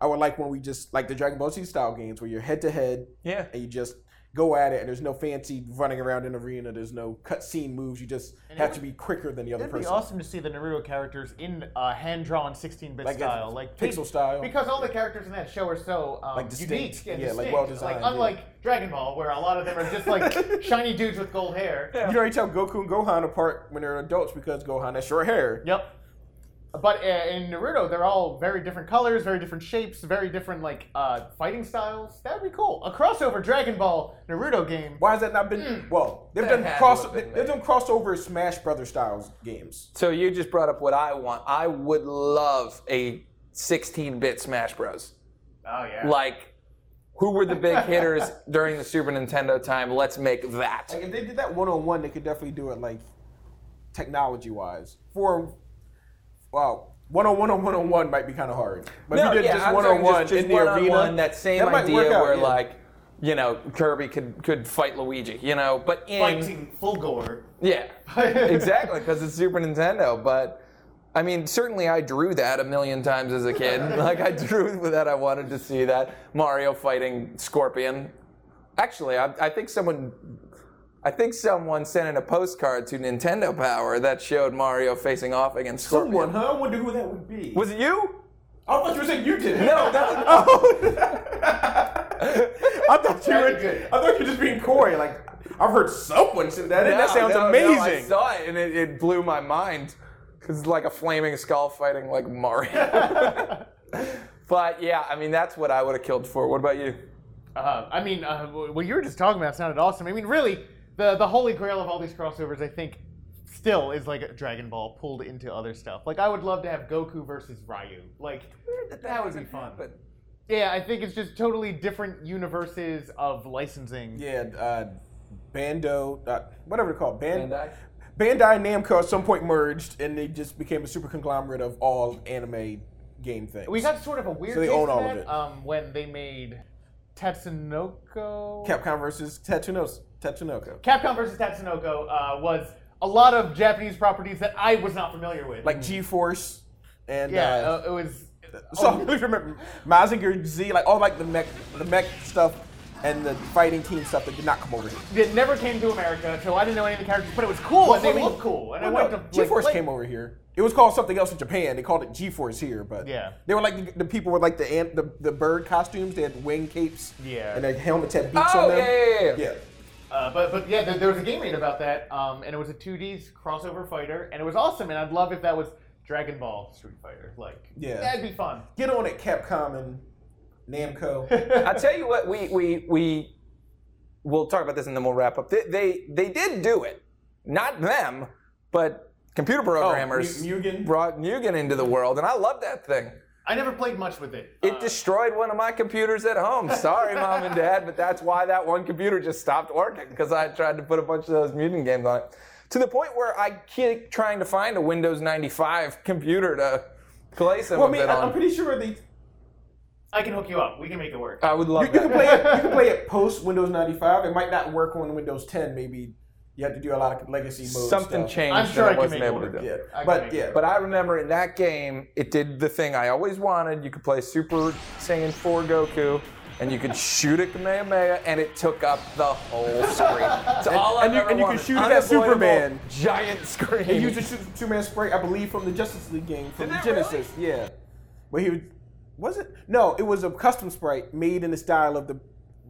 S3: I would like when we just like the Dragon Ball Z style games where you're head-to-head
S1: Yeah.
S3: and you just go at it, and there's no fancy running around an arena. There's no cutscene moves. You just have to be quicker than the other
S2: It'd be
S3: person.
S2: awesome to see the Naruto characters in uh, hand-drawn 16-bit
S3: Like a
S2: style, like
S3: pixel style.
S2: because all the characters in that show are so um,
S3: Like distinct.
S2: unique and
S3: Yeah, like
S2: distinct.
S3: well-designed, yeah.
S2: unlike Dragon Ball, where a lot of them are just like shiny dudes with gold hair.
S3: You can already tell Goku and Gohan apart when they're adults because Gohan has short hair.
S2: Yep. But uh, in Naruto, they're all very different colors, very different shapes, very different like uh, fighting styles. That'd be cool. A crossover Dragon Ball Naruto game.
S3: Why has that not been? Well, they've
S1: Mm. That
S3: done
S1: had to
S3: cross.
S1: have been
S3: They've done crossover Smash Brothers styles games.
S1: So you just brought up what I want. I would love a 16-bit Smash Bros.
S2: Oh yeah.
S1: Like who were the big hitters during the Super Nintendo time? Let's make that.
S3: Like if they did that one on one, they could definitely do it like technology wise. For wow, one on one on one on one might be kind of hard. But if you did just
S1: I'm
S3: one on
S1: talking just-
S3: one
S1: just
S3: in the
S1: one-on-one,
S3: arena,
S1: That same
S3: that might
S1: idea
S3: work out,
S1: where
S3: yeah.
S1: like, you know, Kirby could could fight Luigi, you know, but in
S2: Fighting full gore.
S1: yeah, exactly, because it's Super Nintendo. But I mean, certainly I drew that a million times as a kid. like I drew that. I wanted to see that Mario fighting Scorpion. Actually, I, I think someone. I think someone sent in a postcard to Nintendo Power that showed Mario facing off against Scorpion.
S3: someone, huh? I wonder who that would be.
S1: Was it you?
S3: I thought you were saying you did. it.
S1: No, that was-
S3: I thought you
S2: Very
S3: were.
S2: good.
S3: I thought you were just being coy. Like I've heard someone say that. and that
S1: No,
S3: sounds
S1: no, no, I
S3: amazing.
S1: saw it and it, it blew my mind because it's like a flaming skull fighting like Mario. but yeah, I mean that's what I would have killed for. What about you?
S2: Uh, I mean, uh, what you were just talking about sounded awesome. I mean, really, the the holy grail of all these crossovers, I think, still is like a Dragon Ball pulled into other stuff. Like, I would love to have Goku versus Ryu. Like, that would be fun.
S1: But
S2: yeah, I think it's just totally different universes of licensing.
S3: Yeah, uh, Bando, uh, whatever they call it, Ban-
S1: Bandai?
S3: Bandai. Namco at some point merged, and they just became a super conglomerate of all anime game things.
S2: We got sort of a weird.
S3: So they
S2: taste
S3: own
S2: of
S3: all of
S2: that,
S3: it.
S2: Um, when they made Tatsunoko.
S3: Capcom versus Tatsunos, Tatsunoko.
S2: Capcom versus Tatsunoko uh, was a lot of Japanese properties that I was not familiar with.
S3: like G-Force and
S2: Hmm. yeah,
S3: uh,
S2: uh, oh. it was.
S3: so I really remember Mazinger Z, like all like the mech, the mech stuff and the fighting team stuff that did not come over here.
S2: It never came to America, so I didn't know any of the characters, but it was cool and they looked cool. And I
S3: Well,
S2: went
S3: no,
S2: to like,
S3: G-Force
S2: play-
S3: came over here. It was called something else in Japan. They called it G-Force here, but
S2: Yeah.
S3: they were like the, the people with like the, ant, the the bird costumes. They had wing capes,
S2: Yeah.
S3: and their helmets had beaks
S1: Oh,
S3: on them.
S1: yeah, yeah, yeah.
S2: Uh, but but yeah, there, there was a game made about that, um, and it was a 2D crossover fighter, and it was awesome. And I'd love if that was Dragon Ball Street Fighter. Like,
S3: Yeah.
S2: that'd be fun.
S3: Get on it, Capcom and Namco.
S1: I tell you what, we we we will talk about this and then we'll wrap up. They they, they did do it, not them, but computer
S2: Oh,
S1: programmers
S3: Mu- Mugen.
S1: brought Mugen into the world, and I love that thing.
S2: I never played much with it.
S3: Uh,
S2: Uh,
S1: It destroyed one of my computers at home. Sorry, mom and dad, but that's why that one computer just stopped working because I tried to put a bunch of those mutant games on it. To the point where I keep trying to find a Windows 95 computer to play some
S3: Well, I
S1: of
S3: mean,
S1: it
S3: I-
S1: on.
S3: I'm pretty sure they.
S2: I can hook you up. We can make it work.
S1: I would love
S3: You can
S1: that.
S3: play it. You can play it post Windows 95. It might not work on Windows 10. Maybe you have to do a lot of legacy mode
S1: Something
S3: stuff.
S1: changed
S2: I'm
S1: that
S2: sure I
S1: I
S2: can
S1: wasn't
S2: make it
S1: able to
S2: work.
S1: do.
S3: Yeah,
S2: I can
S3: but
S2: make
S3: yeah,
S2: it.
S1: But I remember in that game, it did the thing I always wanted. You could play Super Saiyan 4 Goku, and you could shoot at Kamehameha, and it took up the whole screen. It's all I've
S3: and you-
S1: ever
S3: and you could
S1: wanted.
S3: shoot it at
S1: Unavoidable
S3: Superman.
S1: Giant screen.
S3: He used a Su- Superman spray, I believe, from the Justice League game from
S1: Did
S3: the
S1: it
S3: Genesis. Yeah, but he was, was it? No, it was a custom sprite made in the style of the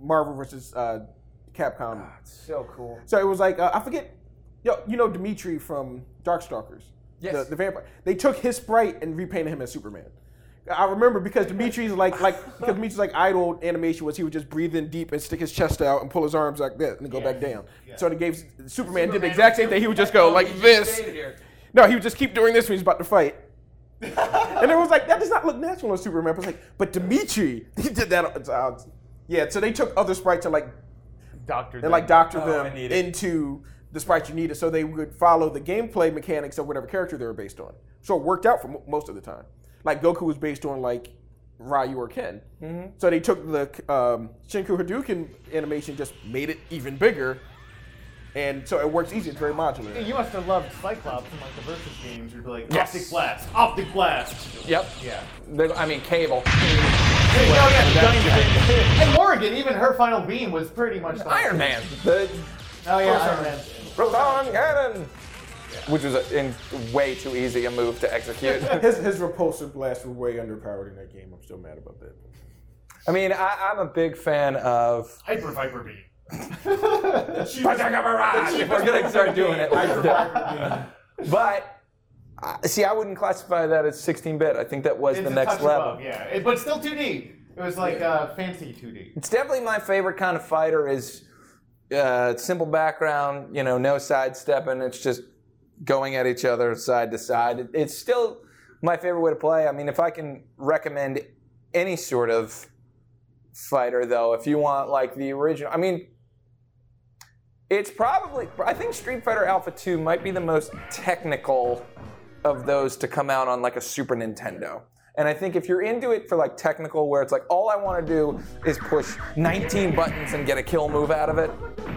S3: Marvel versus uh, Capcom.
S1: so cool.
S3: So it was like uh, I forget. Yo, you know Dimitri from Darkstalkers.
S1: Yes.
S3: The, the vampire. They took his sprite and repainted him as Superman. I remember because Dimitri's like like because Dimitri's like idol animation was he would just breathe in deep and stick his chest out and pull his arms like that and go back down. So they gave Superman, did the exact same thing. He would just go like this. No, he would just keep doing this when he's about to fight. and it was like that does not look natural on Superman. But it's like, but Dimitri, he did that. on- uh, yeah, so they took other sprites and like
S2: Doctor.
S3: and like doctor
S1: Oh, I
S3: them
S1: need it.
S3: into the sprites you needed so they would follow the gameplay mechanics of whatever character they were based on. So it worked out for mo- most of the time. Like Goku was based on like Ryu or Ken.
S1: Mm-hmm.
S3: So they took the um, Shinku Hadouken animation, just made it even bigger, and so it works easy. It's very modular.
S2: You must have loved Cyclops in like the versus games. You'd be like,
S1: Yes.
S2: optic blast, optic blast.
S1: Yep.
S2: Yeah.
S1: They- I mean, Cable.
S2: Hey, no, yeah, Johnny Cage. And Morgan, even her final beam was pretty much like
S1: Iron Man. The
S2: Oh yeah,
S1: Proton.
S2: Iron Man.
S1: Proton Cannon. Which was a, in, way too easy a move to execute.
S3: His his repulsive blasts were way underpowered in that game. I'm still mad about that.
S1: I mean, I, I'm a big fan of.
S2: Hyper Viper beam.
S1: If We're gonna start doing it. like that. But uh, see, I wouldn't classify that as 16-bit. I think that was
S2: It's
S1: the
S2: a
S1: next
S2: touch
S1: level.
S2: above, yeah, It- but still 2D. It was like uh, fancy 2D.
S1: It's definitely my favorite kind of fighter is uh, simple background. You know, no sidestepping. It's just going at each other side to side. It- It's still my favorite way to play. I mean, if I can recommend any sort of fighter, though, if you want like the original, I mean, it's probably I think Street Fighter Alpha 2 might be the most technical of those to come out on like a Super Nintendo. And I think if you're into it for like technical where it's like all I want to do is push 19 buttons and get a kill move out of it,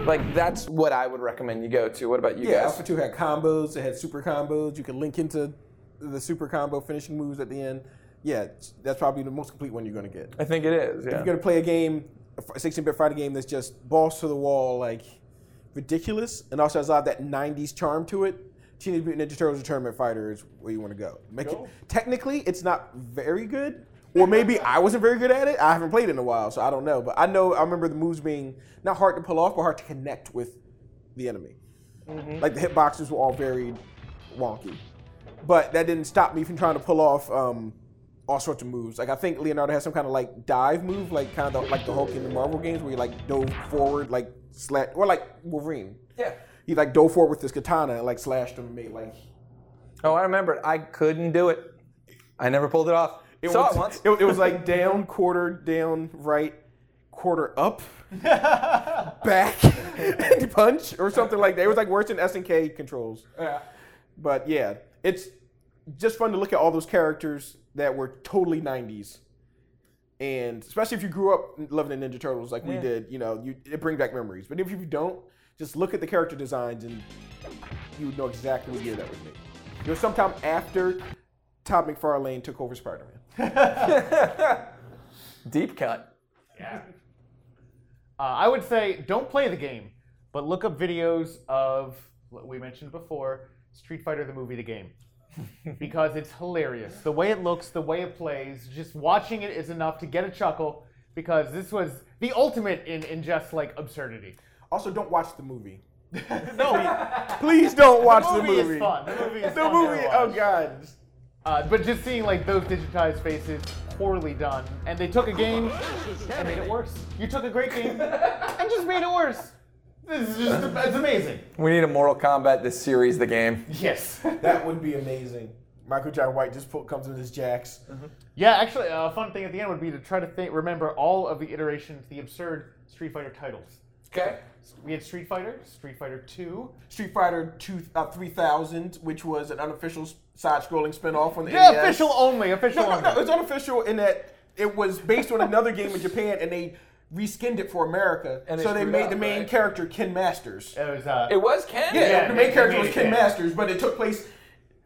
S1: like that's what I would recommend you go to. What about you
S3: Yeah,
S1: guys?
S3: Alpha 2 had combos. It had super combos. You could link into the super combo finishing moves at the end. Yeah, that's probably the most complete one you're going to get.
S1: I think it is. Yeah.
S3: You're going to play a game, a 16 bit fighting game that's just balls to the wall, like ridiculous, and also has a lot of that 90s charm to it. Teenage Mutant Ninja Turtles: The Tournament Fighter is where you want to go. Make it, technically, it's not very good, or maybe I wasn't very good at it. I haven't played it in a while, so I don't know. But I know I remember the moves being not hard to pull off, but hard to connect with the enemy. Like the hitboxes were all very wonky. But that didn't stop me from trying to pull off um, all sorts of moves. Like I think Leonardo has some kind of like dive move, like kind of like the Hulk in the Marvel games, where he like dove forward, like slash, or like Wolverine.
S1: yeah.
S3: He like dove forward with his katana and like slashed him, and made like.
S1: Oh, I remember it. I couldn't do it. I never pulled it off.
S3: It
S1: Saw
S3: was,
S1: it once.
S3: It, it was like down, quarter, down, right, quarter, up, back, and punch or something like that. It was like worse than SNK controls.
S1: Yeah.
S3: But yeah, it's just fun to look at all those characters that were totally 90s. And especially if you grew up loving the Ninja Turtles like we did, you know, you, it brings back memories. But if you don't, just look at the character designs and you would know exactly what year that was made. It was sometime after Todd McFarlane took over Spider Man.
S1: Deep cut.
S2: Yeah. Uh, I would say don't play the game, but look up videos of what we mentioned before Street Fighter the movie, the game. because it's hilarious. The way it looks, the way it plays, just watching it is enough to get a chuckle because this was the ultimate in, in just like absurdity.
S3: Also, don't watch the movie.
S2: No,
S3: Please don't watch
S2: the movie is fun. The movie is
S3: The
S2: fun to
S3: movie,
S2: watch.
S3: oh God.
S2: Uh, but just seeing like those digitized faces, poorly done, and they took a game and made it worse. You took a great game and just made it worse. This is just, it's amazing.
S1: We need a Mortal Kombat this series, the game.
S2: Yes.
S3: That would be amazing. Michael Jack White just put, comes in his jacks.
S2: Yeah, actually, a fun thing at the end would be to try to think, remember all of the iterations, the absurd Street Fighter titles.
S3: Okay.
S2: We had Street Fighter, Street Fighter 2.
S3: Street Fighter two, uh, 3000, which was an unofficial side scrolling spinoff on the
S2: Yeah,
S3: NES.
S2: official Oh, only, official
S3: No, no,
S2: only.
S3: no, it was unofficial in that it was based on another game in Japan and they reskinned it for America.
S1: And they
S3: so they
S1: screwed
S3: made
S1: up,
S3: the main
S1: right?
S3: character Ken Masters.
S2: It was, uh,
S1: It was Ken.
S3: Yeah,
S2: Yeah,
S3: the
S2: they-
S3: main
S2: they
S3: character
S2: made
S3: was
S2: it
S3: Ken
S2: Ken.
S3: Masters, but it took place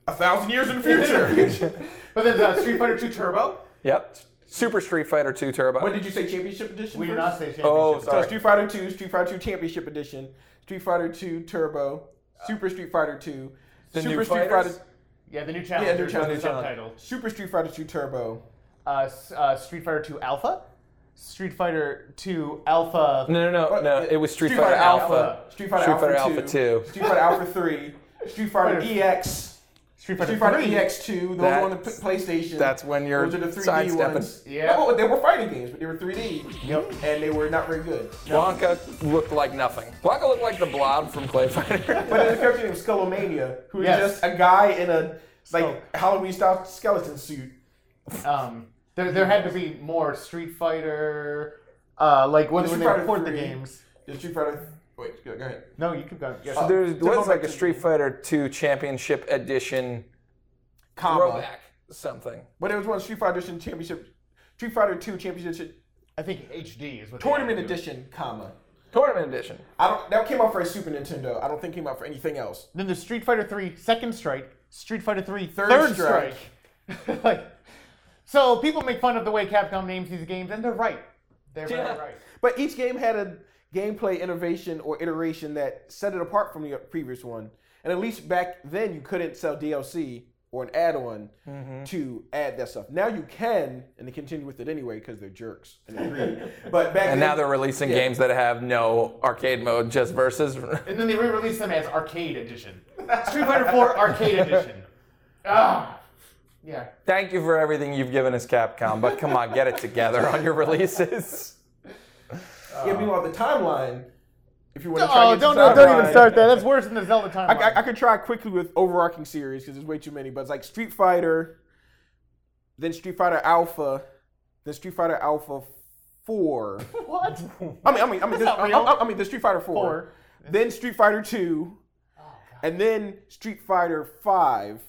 S3: a thousand years in the future.
S2: but then uh, Street Fighter 2 Turbo.
S1: Yep. Super Street Fighter 2 Turbo.
S3: what did you say, Championship Edition?
S2: We did
S3: first?
S2: not say championship.
S1: Oh,
S2: So-
S1: sorry.
S3: So Street Fighter 2, Street Fighter 2 Championship Edition, Street Fighter 2 Turbo, Super Street Fighter 2,
S1: The
S3: Super
S1: new
S3: Street
S1: fighters?
S3: Fighter,
S2: Yeah, the new challenge.
S3: new Challenger.
S2: subtitle.
S3: Super Street Fighter 2 Turbo.
S2: Uh, s- uh, Street Fighter 2 Alpha. Street Fighter 2 Alpha.
S1: no, no, no, no.
S3: Uh,
S1: It was Street, Fighter, Alpha.
S3: Street Fighter,
S1: Street Fighter
S3: Alpha,
S1: Alpha
S3: 2,
S1: 2.
S3: Street Fighter Alpha 3, Street Fighter EX,
S2: Street
S3: Street Fighter E
S2: 3.
S3: EX2, those were on the P-
S1: That's-
S3: PlayStation.
S1: that's when you're
S3: Those are the 3D
S1: sidestepping.
S3: ones.
S2: Yeah.
S3: No, but they were fighting games, but they were 3D.
S2: Yep.
S3: And they were not very good.
S1: Blanca looked like nothing. Blanca looked like the blob from Clay Fighter.
S3: But there's a character named Skullomania, who is
S2: Yes.
S3: just a guy in a
S2: Skull.
S3: like Halloween style skeleton suit.
S2: Um, there, there had to be more Street Fighter. Uh, like when,
S3: The Street
S2: when they
S3: Fighter
S2: report the
S3: 3.
S2: games.
S3: The Street Fighter. Wait, go, go ahead.
S2: No, you keep going. Yes.
S3: Uh,
S1: there
S3: go
S1: was
S3: back
S1: like a
S3: to-
S1: Street Fighter 2 Championship Edition
S3: Comma.
S1: throwback something.
S3: But there was one Street Fighter Edition Championship, Street Fighter Two Championship
S2: I think HD is what. they
S3: Tournament
S2: had to do.
S3: Edition, comma.
S1: Tournament Edition.
S3: I don't. That came out for a Super Nintendo. I don't think it came out for anything else.
S2: Then there's Street Fighter 3 Second Strike, Street Fighter 3 Third,
S3: Strike.
S2: Strike. like, so people make fun of the way Capcom names these games, and they're right. They're very
S1: Yeah.
S2: right.
S3: But each game had a gameplay innovation or iteration that set it apart from the previous one. And at least back then, you couldn't sell DLC or an add-on to add that stuff. Now you can, and they continue with it anyway because they're jerks. And they're greedy. but back
S1: And
S3: then,
S1: now they're releasing games that have no arcade mode, just versus.
S2: And then they re-release them as Arcade Edition. Street Fighter 4 Arcade Edition. Ah, yeah.
S1: Thank you for everything you've given us, Capcom, but come on, get it together on your releases.
S3: yeah. Meanwhile, the timeline. If you want to try,
S2: Oh,
S3: to get
S2: don't
S3: the timeline-
S2: don't even start that. That's worse than the Zelda timeline.
S3: I, I could try quickly with overarching series because there's way too many, but it's like Street Fighter, then Street Fighter Alpha, then Street Fighter Alpha Four.
S2: what?
S3: I mean, I mean, I mean, this,
S2: not
S3: I,
S2: real.
S3: I- I mean, the Street Fighter Four,
S2: Four. Oh,
S3: then Street Fighter Two, and then Street Fighter Five,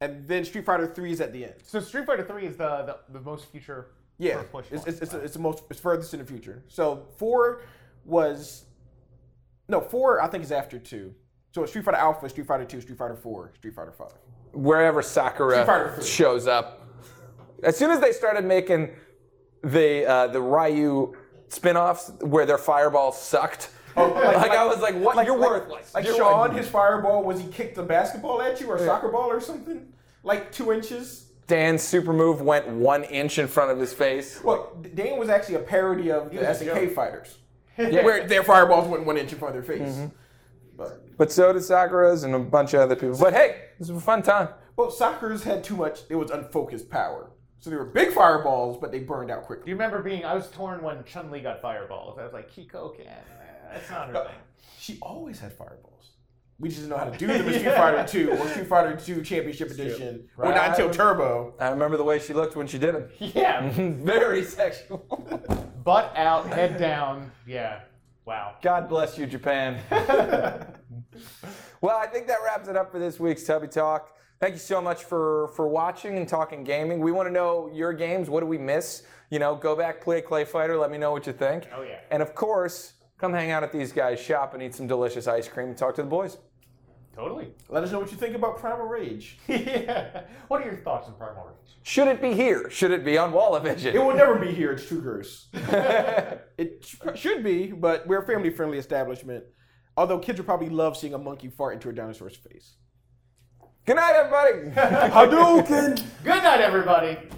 S3: and then Street Fighter Three is at the end.
S2: So Street Fighter 3 is the, the, the most future.
S3: Yeah,
S2: first push
S3: it's,
S2: one.
S3: it's, it's, it's the most it's furthest in the future. So four was no four. I think is after two. So it's Street Fighter Alpha, Street Fighter Two, Street Fighter Four, Street Fighter Five.
S1: wherever
S3: Street Fighter
S1: Sakura
S3: three.
S1: shows up. As soon as they started making the uh, the Ryu spin-offs where their fireball sucked, Oh, like, I was like, "What? You're worthless."
S3: Like
S1: You're
S3: Sean,
S1: worth-
S3: his fireball was he kicked a basketball at you or a soccer ball or something, like two inches.
S1: Dan's super move went one inch in front of his face.
S3: Well, Dane was actually a parody of the
S2: was a
S3: SNK
S2: joke.
S3: fighters,
S1: Yeah. Mm-hmm.
S3: where their fireballs went one inch in front of their face. But
S1: But so did Sakura's and a bunch of other people. But hey, this was a fun time.
S3: well, soccer's had too much. It was unfocused power, so they were big fireballs, but they burned out quickly.
S2: Do you remember being? I was torn when Chun Li got fireballs. I was like, Kiko can. That's not her thing.
S3: She always had fireballs. We just didn't know how to do them in Street Fighter 2 or Street Fighter 2 Championship Edition, or not until Turbo.
S1: I remember the way she looked when she did it.
S2: Yeah.
S1: Very sexual.
S2: Butt out, head down. Yeah. Wow.
S1: God bless you, Japan. well, I think that wraps it up for this week's Tubby Talk. Thank you so much for for watching and talking gaming. We want to know your games. What do we miss? You know, go back, play Clay Fighter. Let me know what you think.
S2: Oh, yeah.
S1: And of course, come hang out at these guys' shop and eat some delicious ice cream and talk to the boys.
S2: Totally.
S3: Let us know what you think about Primal Rage.
S2: yeah. What are your thoughts on Primal Rage?
S1: Should it be here? Should it be on
S3: It
S1: Wallavision?
S3: will never be here. It's true curse. it sh- should be, but we're a family-friendly establishment. Although kids would probably love seeing a monkey fart into a dinosaur's face.
S1: Good night, everybody.
S3: Hadouken!
S2: Good night, everybody.